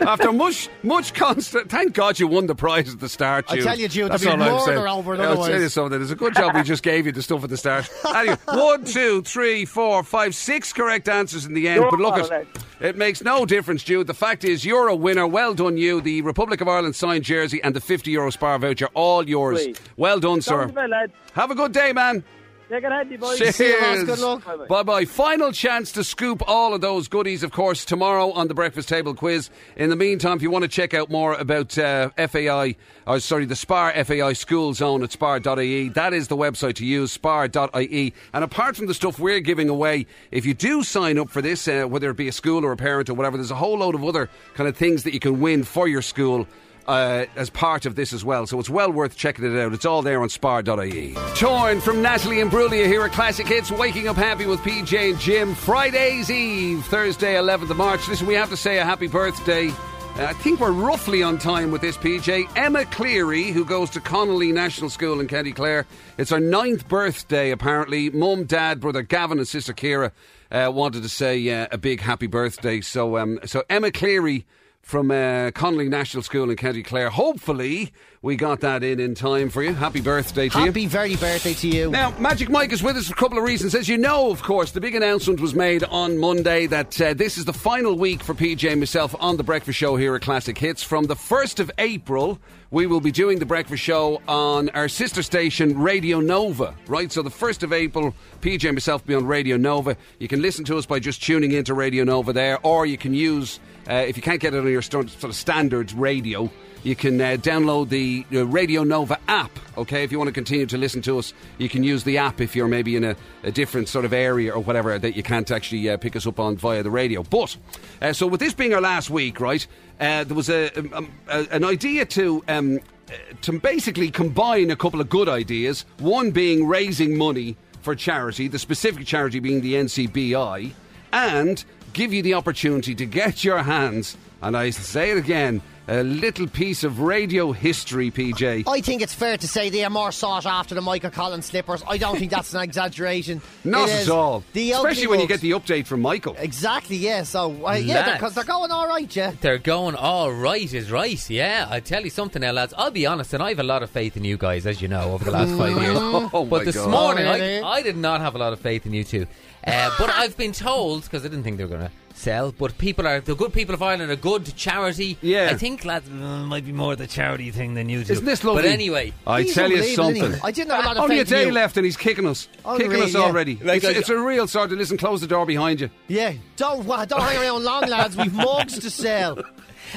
Speaker 1: after much much constant, thank God you won the prize at the start.
Speaker 2: I
Speaker 1: Jude.
Speaker 2: tell you, Jude,
Speaker 1: That's
Speaker 2: I'd
Speaker 1: all
Speaker 2: be
Speaker 1: I'm
Speaker 2: murder
Speaker 1: saying.
Speaker 2: over it
Speaker 1: I'll tell you
Speaker 2: otherwise.
Speaker 1: something. It's a good job we just gave you the stuff at the start. Anyway, one, two, three, four, five, six correct answers in the end. But look,
Speaker 8: Alright.
Speaker 1: at, it makes no difference, Jude. The fact is, you're a winner. Well done, you. The Republic of Ireland signed jersey and the 50 euro spar voucher, all yours.
Speaker 8: Sweet.
Speaker 1: Well done,
Speaker 8: Sounds
Speaker 1: sir.
Speaker 8: well, lads.
Speaker 1: Have a good day, man.
Speaker 8: Take it handy, boys.
Speaker 1: Cheers.
Speaker 2: you, lads. Good luck.
Speaker 8: Bye-bye.
Speaker 1: Bye bye. Final chance to scoop all of those goodies, of course, tomorrow on the Breakfast Table Quiz. In the meantime, if you want to check out more about uh, FAI, or uh, sorry, the SPAR FAI School Zone at spar.ie, that is the website to use, spar.ie. And apart from the stuff we're giving away, if you do sign up for this, uh, whether it be a school or a parent or whatever, there's a whole load of other kind of things that you can win for your school uh, as part of this as well. So it's well worth checking it out. It's all there on spar.ie. E. Torn from Natalie and Brulia here at Classic Hits, waking up happy with PJ and Jim. Friday's Eve, Thursday, 11th of March. Listen, we have to say a happy birthday. Uh, I think we're roughly on time with this, PJ. Emma Cleary, who goes to Connolly National School in County Clare. It's her ninth birthday, apparently. Mum, dad, brother Gavin, and sister Kira uh, wanted to say uh, a big happy birthday. So, um, so Emma Cleary from uh, Connolly National School in County Clare. Hopefully, we got that in in time for you. Happy birthday to you.
Speaker 2: Happy very birthday to you.
Speaker 1: Now, Magic Mike is with us for a couple of reasons. As you know, of course, the big announcement was made on Monday that uh, this is the final week for PJ and myself on The Breakfast Show here at Classic Hits. From the 1st of April, we will be doing The Breakfast Show on our sister station, Radio Nova, right? So the 1st of April, PJ and myself will be on Radio Nova. You can listen to us by just tuning into Radio Nova there, or you can use, uh, if you can't get it on your st- sort of standards radio, you can uh, download the uh, Radio Nova app. Okay, if you want to continue to listen to us, you can use the app if you're maybe in a, a different sort of area or whatever that you can't actually uh, pick us up on via the radio. But uh, so with this being our last week, right? Uh, there was a, um, a an idea to. Um, uh, to basically combine a couple of good ideas, one being raising money for charity, the specific charity being the NCBI, and give you the opportunity to get your hands, and I say it again, a little piece of radio history, PJ.
Speaker 2: I think it's fair to say they are more sought after than Michael Collins slippers. I don't think that's an exaggeration.
Speaker 1: Not
Speaker 2: It is.
Speaker 1: at all.
Speaker 2: The
Speaker 1: Especially
Speaker 2: ugly
Speaker 1: when you get
Speaker 2: ones-
Speaker 1: the Uh, update from Michael.
Speaker 2: Exactly, yeah. So, uh, yeah,
Speaker 9: Lads.
Speaker 2: because they're going all right, yeah.
Speaker 9: They're going all right, is right. Yeah, I tell you something now, lads. I'll be honest, and I have a lot of faith in you guys, as you know, over the last five years.
Speaker 1: Oh
Speaker 9: but
Speaker 1: my
Speaker 9: this
Speaker 1: God.
Speaker 9: morning,
Speaker 2: Really?
Speaker 9: I, I did not have a lot of faith in you two. Uh, but I've been told because I didn't think they were going to sell. But people are the good people of Ireland are good to charity.
Speaker 1: Yeah.
Speaker 9: I think lads mm, might be more the charity thing than you two.
Speaker 1: Isn't this lovely?
Speaker 9: But anyway,
Speaker 1: I
Speaker 2: He's
Speaker 1: tell you
Speaker 2: unbelievable, isn't he?
Speaker 1: something.
Speaker 2: I didn't have a lot of
Speaker 1: Only a
Speaker 2: faith in
Speaker 1: day
Speaker 2: you.
Speaker 1: left, and he's kicking us,
Speaker 2: Oh,
Speaker 1: kicking
Speaker 2: really,
Speaker 1: us
Speaker 2: yeah.
Speaker 1: already.
Speaker 9: Like,
Speaker 1: it's,
Speaker 9: I-
Speaker 1: it's a real sort of listen. Close the door behind you.
Speaker 2: Yeah, don't wa- don't hang around long, lads. We've mugs to sell.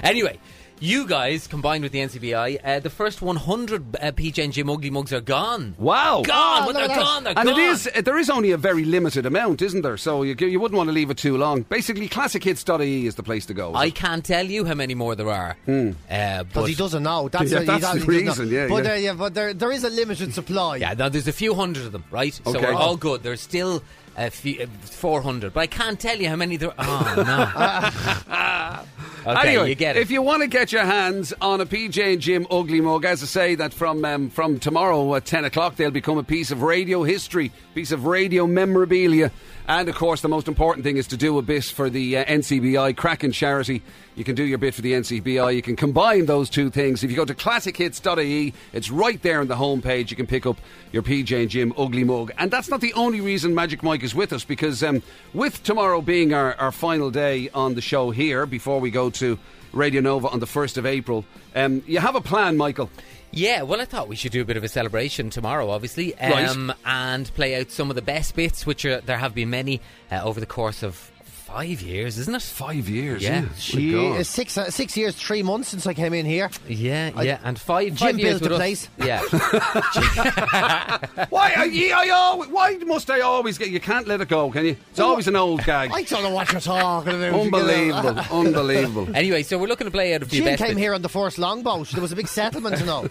Speaker 9: Anyway, you guys combined with the NCBI, uh, the first 100 uh, PJ and Jim Ugly mugs are gone.
Speaker 1: Wow.
Speaker 9: Gone,
Speaker 2: Oh,
Speaker 9: but
Speaker 2: look
Speaker 9: they're
Speaker 2: at that.
Speaker 9: gone. They're
Speaker 1: And
Speaker 9: gone.
Speaker 1: it is uh, there is only a very limited amount, isn't there? So you, you wouldn't want to leave it too long. Basically, classichits.ie E is the place to go.
Speaker 9: I can't tell you how many more there are.
Speaker 1: Hmm.
Speaker 9: Uh,
Speaker 2: Because
Speaker 9: but
Speaker 2: he doesn't know. That's,
Speaker 1: Yeah,
Speaker 2: what- he
Speaker 1: that's
Speaker 2: doesn't-
Speaker 1: the
Speaker 2: he doesn't
Speaker 1: reason,
Speaker 2: know.
Speaker 1: yeah,
Speaker 2: but
Speaker 1: yeah.
Speaker 2: There, yeah, but there there is a limited supply.
Speaker 9: yeah, now there's a few hundred of them, right? So
Speaker 1: Okay.
Speaker 9: we're all good. There's still a few, uh, 400, but I can't tell you how many there are. Oh, no. okay,
Speaker 1: anyway,
Speaker 9: you get it.
Speaker 1: if you want to get your hands on a PJ and Jim ugly mug, as I say, that from um, from tomorrow at ten o'clock they'll become a piece of radio history, piece of radio memorabilia, and of course the most important thing is to do a bit for the uh, NCBI Kraken charity. You can do your bit for the NCBI. You can combine those two things. If you go to classichits.ie, E, it's right there on the homepage. You can pick up your PJ and Jim ugly mug, and that's not the only reason Magic Mike is with us because um, with tomorrow being our, our final day on the show here before we go to Radio Nova on the 1st of April. Um, you have a plan, Michael.
Speaker 9: Yeah, well, I thought we should do a bit of a celebration tomorrow, obviously,
Speaker 1: Right.
Speaker 9: um, and play out some of the best bits, which are, there have been many uh, over the course of five years, isn't it?
Speaker 1: Five years.
Speaker 9: Yeah.
Speaker 1: Oh My
Speaker 2: Gee,
Speaker 1: God.
Speaker 2: it's six uh, six years, three months since I came in here.
Speaker 9: Yeah,
Speaker 2: I-
Speaker 9: yeah, and five.
Speaker 2: Jim
Speaker 9: five years
Speaker 2: built the
Speaker 9: with
Speaker 2: place.
Speaker 9: Us. Yeah,
Speaker 1: Why? I, I, always, why must I always get? You can't let it go, can you? It's always an old gag.
Speaker 2: I don't know what you're talking about.
Speaker 1: Unbelievable, unbelievable.
Speaker 9: Anyway, so we're looking to play out a few
Speaker 2: Jim
Speaker 9: best
Speaker 2: came
Speaker 9: bits.
Speaker 2: here on the first longboat. There was a big settlement, you know.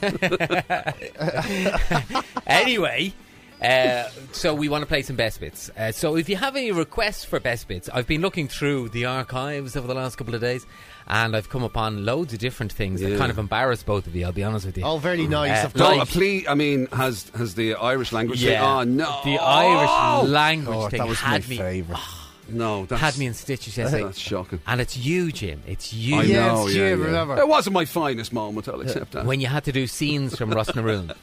Speaker 9: Anyway, uh, so we want to play some best bits. Uh, so if you have any requests for best bits, I've been looking through the archives over the last couple of days, and I've come upon loads of different things that kind of embarrass both of you. I'll be honest with you.
Speaker 2: Oh, very nice.
Speaker 9: Uh,
Speaker 2: of
Speaker 1: No,
Speaker 2: course.
Speaker 9: like-
Speaker 1: a plea. I mean, has has the Irish language? thing- Oh no,
Speaker 9: The Irish language
Speaker 2: Oh,
Speaker 9: thing
Speaker 2: that was my
Speaker 9: had me
Speaker 2: favourite.
Speaker 1: No, that's,
Speaker 9: had me in stitches yesterday.
Speaker 1: That's shocking.
Speaker 9: And it's you, Jim. It's you.
Speaker 1: I
Speaker 2: Yeah,
Speaker 1: know.
Speaker 2: it's
Speaker 1: yeah,
Speaker 2: Jim,
Speaker 1: yeah.
Speaker 2: remember.
Speaker 1: It wasn't my finest moment. I'll accept that.
Speaker 9: When you had to do scenes from Rosnaroon. Uh,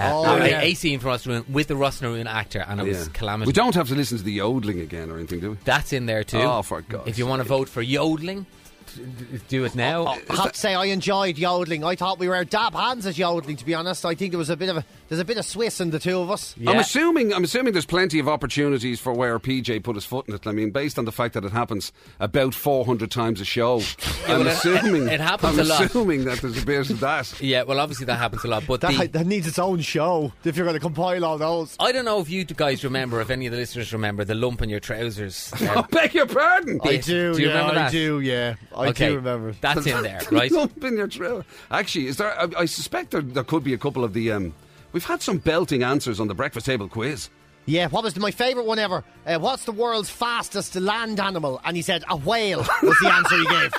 Speaker 2: Oh,
Speaker 9: a-
Speaker 2: yeah.
Speaker 9: A scene from Rosnaroon with the Rosnaroon actor, and it was
Speaker 1: Yeah.
Speaker 9: calamitous.
Speaker 1: We don't have to listen to the yodeling again or anything, do we?
Speaker 9: That's in there too.
Speaker 1: Oh, for God's
Speaker 9: If you want to
Speaker 1: sake. Oh,
Speaker 9: vote for yodeling, d- d- do it now.
Speaker 2: I have to say, I enjoyed yodeling. I thought we were dab hands at yodeling, to be honest. I think there was a bit of a There's a bit of Swiss in the two of us.
Speaker 9: Yeah.
Speaker 1: I'm assuming I'm assuming there's plenty of opportunities for where PJ put his foot in it. I mean, based on the fact that it happens about 400 times a show, I'm
Speaker 9: well, it-
Speaker 1: assuming
Speaker 9: it- it happens
Speaker 1: I'm
Speaker 9: a lot.
Speaker 1: assuming that there's a bit of that.
Speaker 9: Yeah, well, obviously that happens a lot, but
Speaker 2: That,
Speaker 9: the,
Speaker 2: that needs its own show if you're going to compile all those.
Speaker 9: I don't know if you guys remember, if any of the listeners remember the lump in your trousers.
Speaker 1: I
Speaker 9: Uh,
Speaker 1: beg your pardon.
Speaker 9: I
Speaker 2: I
Speaker 9: Yes.
Speaker 2: do,
Speaker 9: do, Do you yeah,
Speaker 2: yeah,
Speaker 9: remember I
Speaker 2: I
Speaker 9: that? do,
Speaker 2: do, yeah. I
Speaker 9: okay,
Speaker 2: do remember.
Speaker 9: That's in there, right?
Speaker 1: Lump in your trail. Actually, is there? I, I suspect there, there could be a couple of the. Um, we've had some belting answers on the breakfast table quiz.
Speaker 2: Yeah, what was my favourite one ever? Uh, what's the world's fastest land animal? And he said, a whale was the answer he gave.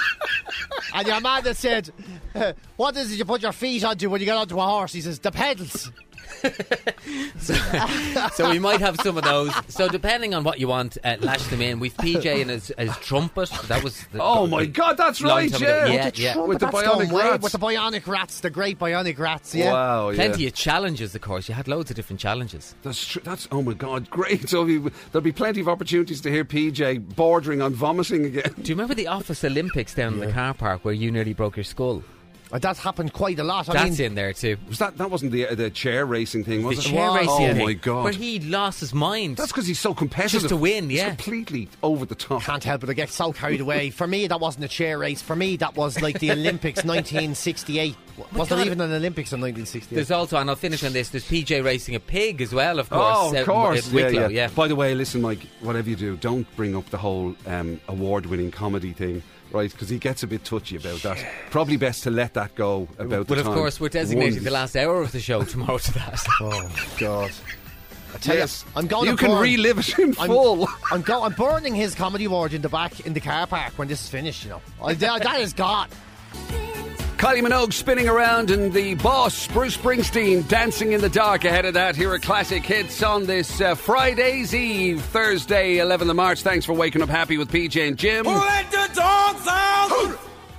Speaker 2: and your man that said, uh, what is it you put your feet onto when you get onto a horse? He says, the pedals.
Speaker 9: so we might have some of those. So depending on what you want, uh, lash them in. We've PJ and his, his trumpet. That was. The,
Speaker 1: Oh my God, that's
Speaker 9: Long
Speaker 1: right.
Speaker 9: time ago.
Speaker 1: Yeah,
Speaker 9: Yeah, yeah.
Speaker 2: Trump,
Speaker 1: with the
Speaker 2: that's
Speaker 1: bionic
Speaker 2: gone way-
Speaker 1: rats.
Speaker 2: With the bionic rats, the great bionic rats, yeah.
Speaker 1: Wow, Oh, yeah.
Speaker 9: Plenty of challenges, of course. You had loads of different challenges.
Speaker 1: That's tr- that's oh my god, great! So we, there'll be plenty of opportunities to hear PJ bordering on vomiting again.
Speaker 9: Do you remember the Office Olympics down in the car park where you nearly broke your skull?
Speaker 2: And that's happened quite a lot. I
Speaker 9: That's
Speaker 2: mean,
Speaker 9: in there too.
Speaker 1: Was that that wasn't the uh, the chair racing thing? Was
Speaker 9: The
Speaker 1: it?
Speaker 9: chair racing.
Speaker 1: Oh
Speaker 9: thing,
Speaker 1: my god!
Speaker 9: Where he lost his mind.
Speaker 1: that's because he's so competitive.
Speaker 9: Just to win,
Speaker 1: He's
Speaker 9: yeah.
Speaker 1: completely over the top.
Speaker 2: Can't help it, I get so carried away. For me, that wasn't a chair race. For me, that was like the Olympics 1968. Was there
Speaker 9: God.
Speaker 2: even an Olympics in 1968?
Speaker 9: There's also, and I'll finish on this. There's PJ racing a pig as well, of course.
Speaker 1: Oh,
Speaker 9: out
Speaker 1: of
Speaker 9: in-
Speaker 1: course.
Speaker 9: in Wicklow,
Speaker 1: By the way, listen, Mike, whatever you do, don't bring up the whole um, award winning comedy thing, right? Because he gets a bit touchy about that. Probably best to let that go about the
Speaker 9: But of
Speaker 1: time.
Speaker 9: course, we're designating
Speaker 1: One-
Speaker 9: the last hour of the show tomorrow to that.
Speaker 2: Oh God! I tell
Speaker 1: Yes.
Speaker 2: you, I'm going.
Speaker 1: You
Speaker 2: to
Speaker 1: can
Speaker 2: burn-
Speaker 1: relive it in full.
Speaker 2: I'm go- I'm burning his comedy award in the back in the car park when this is finished. You know, I, that that is God.
Speaker 1: Kylie Minogue spinning around and the boss, Bruce Springsteen, dancing in the dark. Ahead of that, here are classic hits on this uh, Friday's Eve, Thursday, 11th of March. Thanks for waking up happy with PJ and Jim.
Speaker 4: let the dogs out? Who,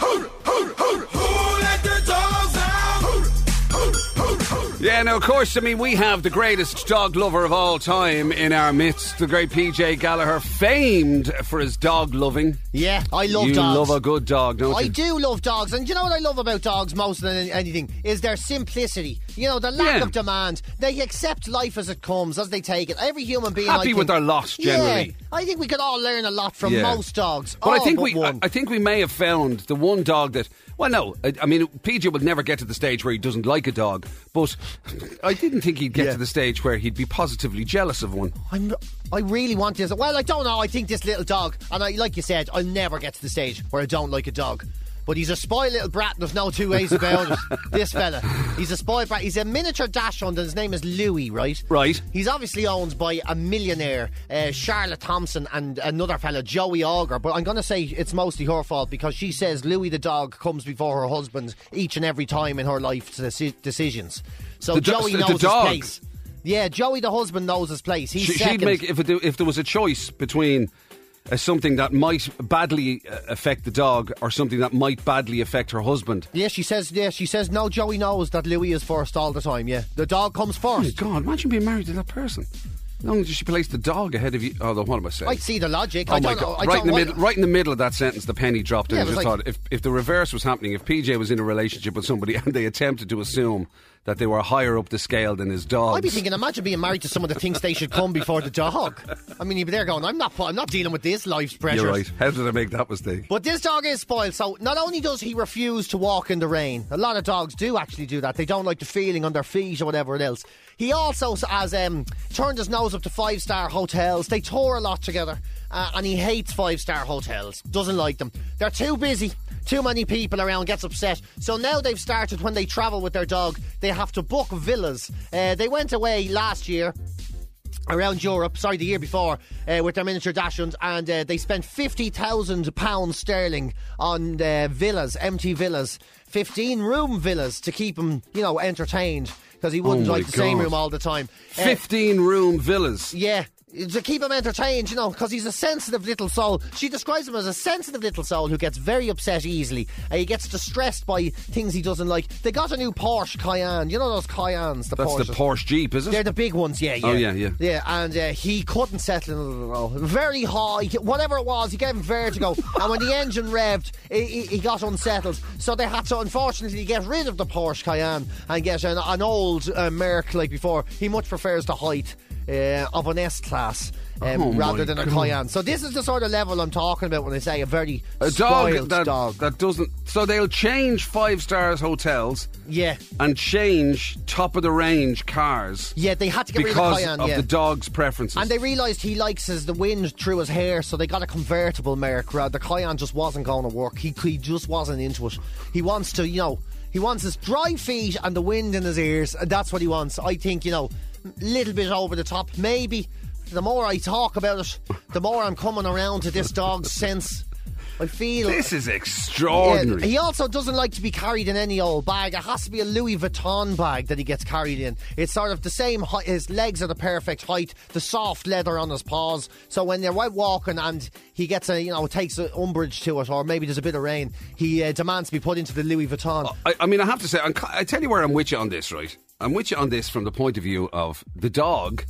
Speaker 4: who, who, who, who let the dogs out?
Speaker 1: Yeah, now, of course, I mean, we have the greatest dog lover of all time in our midst, the great PJ Gallagher, famed for his dog loving.
Speaker 2: Yeah, I love
Speaker 1: you
Speaker 2: dogs.
Speaker 1: love a good dog, don't
Speaker 2: I
Speaker 1: you?
Speaker 2: do love dogs, and you know what I love about dogs most than any- anything is their simplicity. You know, the lack
Speaker 1: Yeah.
Speaker 2: of demand. They accept life as it comes, as they take it. Every human being
Speaker 1: Happy
Speaker 2: I
Speaker 1: with
Speaker 2: think-
Speaker 1: their lot, generally.
Speaker 2: Yeah, I think we could all learn a lot from
Speaker 1: Yeah.
Speaker 2: most dogs.
Speaker 1: But I
Speaker 2: all
Speaker 1: think
Speaker 2: Oh,
Speaker 1: we,
Speaker 2: but
Speaker 1: I,
Speaker 2: one.
Speaker 1: I think we may have found the one dog that. Well, no, I, I mean PJ would never get to the stage where he doesn't like a dog, but I didn't think he'd get
Speaker 2: Yeah.
Speaker 1: to the stage where he'd be positively jealous of one.
Speaker 2: I'm, I really want this. Well, I don't know. I think this little dog, and I, like you said, I'll never get to the stage where I don't like a dog. But he's a spoiled little brat, and there's no two ways about it. This fella, he's a spoiled brat. He's a miniature dachshund, and his name is Louis, right?
Speaker 1: Right.
Speaker 2: He's obviously owned by a millionaire, uh, Charlotte Thompson, and another fella, Joey Auger. But I'm going to say it's mostly her fault because she says Louis the dog comes before her husband each and every time in her life deci- decisions. So
Speaker 1: The do-
Speaker 2: Joey
Speaker 1: the
Speaker 2: knows his
Speaker 1: dog.
Speaker 2: place. Yeah, Joey the husband knows his place. He's
Speaker 1: She, she'd
Speaker 2: second.
Speaker 1: make if, it, if there was a choice between uh, something that might badly uh, affect the dog or something that might badly affect her husband.
Speaker 2: Yeah, she says. Yeah, she says. No, Joey knows that Louis is first all the time. Yeah, the dog comes
Speaker 1: Oh my
Speaker 2: first.
Speaker 1: God! Imagine being married to that person. Not only did she place the dog ahead of you. Oh, no, what am I saying?
Speaker 2: I see the logic.
Speaker 1: Oh
Speaker 2: I
Speaker 1: my
Speaker 2: don't know.
Speaker 1: god! Right
Speaker 2: I don't
Speaker 1: in the
Speaker 2: why-
Speaker 1: middle, right in the middle of that sentence, the penny dropped, and
Speaker 2: Yeah,
Speaker 1: I
Speaker 2: it
Speaker 1: just
Speaker 2: was like-
Speaker 1: thought if, if the reverse was happening, if PJ was in a relationship with somebody and they attempted to assume that they were higher up the scale than his dog,
Speaker 2: I'd be thinking. Imagine being married to someone that thinks they should come before the dog. I mean, you'd be there going, "I'm not. I'm not dealing with this life's pressure."
Speaker 1: you're right. How did I make that mistake?
Speaker 2: But this dog is spoiled, so not only does he refuse to walk in the rain, a lot of dogs do actually do that. They don't like the feeling on their feet or whatever it else. He also s- has um, turned his nose up to five star hotels. They tour a lot together, uh, and he hates five star hotels. Doesn't like them. They're too busy. Too many people around gets upset. So now they've started when they travel with their dog, they have to book villas. Uh, they went away last year around Europe, sorry, the year before, uh, with their miniature dachshunds, and uh, they spent £50,000 sterling on uh, villas, empty villas, 15 room villas to keep him, you know, entertained because he wouldn't
Speaker 1: Oh my
Speaker 2: like the same
Speaker 1: God.
Speaker 2: room all the time. Uh,
Speaker 1: Fifteen room villas.
Speaker 2: yeah. to keep him entertained, you know, because he's a sensitive little soul. She describes him as a sensitive little soul who gets very upset easily. And he gets distressed by things he doesn't like. They got a new Porsche Cayenne. You know those Cayennes, the
Speaker 1: That's
Speaker 2: Porsches.
Speaker 1: the Porsche Jeep, is it?
Speaker 2: They're the big ones, yeah, yeah.
Speaker 1: Oh, yeah, yeah.
Speaker 2: Yeah, and uh, he couldn't settle in it at all. Very high, he- whatever it was, he gave him vertigo. and when the engine revved, he, he, he got unsettled. So they had to, unfortunately, get rid of the Porsche Cayenne and get an, an old uh, Merc like before. He much prefers the height uh, of an S class. Um,
Speaker 1: Oh, my
Speaker 2: rather than a
Speaker 1: God.
Speaker 2: Cayenne. So, this is the sort of level I'm talking about when I say a very
Speaker 1: A dog
Speaker 2: spoiled
Speaker 1: that,
Speaker 2: dog.
Speaker 1: that doesn't. So they'll change five stars hotels
Speaker 2: Yeah.
Speaker 1: and change top of the range cars
Speaker 2: Yeah, they had to get
Speaker 1: because
Speaker 2: rid of Cayenne.
Speaker 1: of
Speaker 2: yeah.
Speaker 1: the dog's preferences.
Speaker 2: And they realised he likes his the wind through his hair, so they got a convertible Merc. Right? The Cayenne just wasn't going to work. He he just wasn't into it. He wants to, you know, he wants his dry feet and the wind in his ears. And that's what he wants. I think, you know, a little bit over the top, maybe. The more I talk about it, the more I'm coming around to this dog's sense. I feel
Speaker 1: this is
Speaker 2: yeah,
Speaker 1: extraordinary.
Speaker 2: he also doesn't like to be carried in any old bag. It has to be a Louis Vuitton bag that he gets carried in. It's sort of the same height. His legs are the perfect height. The soft leather on his paws. So when they're out walking and he gets a, you know, takes a umbrage to it, or maybe there's a bit of rain, he uh, demands to be put into the Louis Vuitton.
Speaker 1: I, I mean, I have to say, I'm, ki- I tell you where I'm with you on this, right? I'm with you on this from the point of view of the dog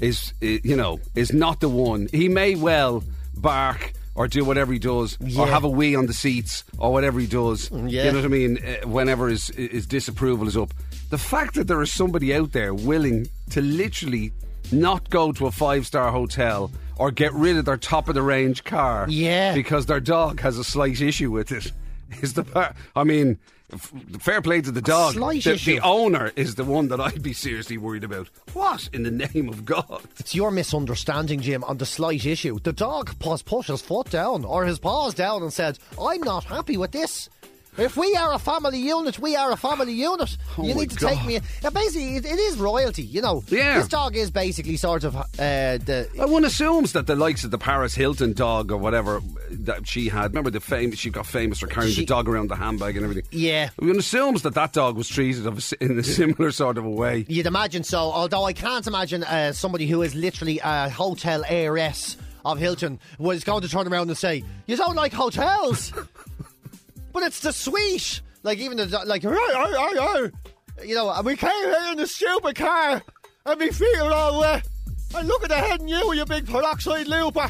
Speaker 1: is, i- you know, is not the one. He may well bark or do whatever he does, or
Speaker 2: Yeah.
Speaker 1: have a wee on the seats, or whatever he does.
Speaker 2: yeah.
Speaker 1: You know what I mean? Uh, whenever his, his disapproval is up. The fact that there is somebody out there willing to literally not go to a five star hotel or get rid of their top of the range car
Speaker 2: Yeah.
Speaker 1: because their dog has a slight issue with it. Is the par- I mean, f- fair play to the dog.
Speaker 2: slight
Speaker 1: the,
Speaker 2: issue.
Speaker 1: the owner is the one that I'd be seriously worried about. What in the name of God?
Speaker 2: It's your misunderstanding, Jim, on the slight issue. The dog pus pushed his foot down or his paws down and said, I'm not happy with this. If we are a family unit, we are a family unit.
Speaker 1: Oh
Speaker 2: you
Speaker 1: my
Speaker 2: need to
Speaker 1: God.
Speaker 2: take me. Now, basically, it, it is royalty, you know.
Speaker 1: Yeah.
Speaker 2: This dog is basically sort of uh, the.
Speaker 1: Uh, One assumes that the likes of the Paris Hilton dog or whatever that she had, remember the fame she got famous for carrying the
Speaker 2: She-
Speaker 1: dog around the handbag and everything.
Speaker 2: Yeah.
Speaker 1: one assumes that that dog was treated of a si- in a similar sort of a way.
Speaker 2: You'd imagine so, although I can't imagine uh, somebody who is literally a hotel heiress of Hilton was going to turn around and say, You don't like hotels, but it's the suite. Like, even the, like, "Arr, arr, arr, arr." you know, and we came here in a uh, stupid car and we feel all wet. And look at the head in you, you big peroxide looper.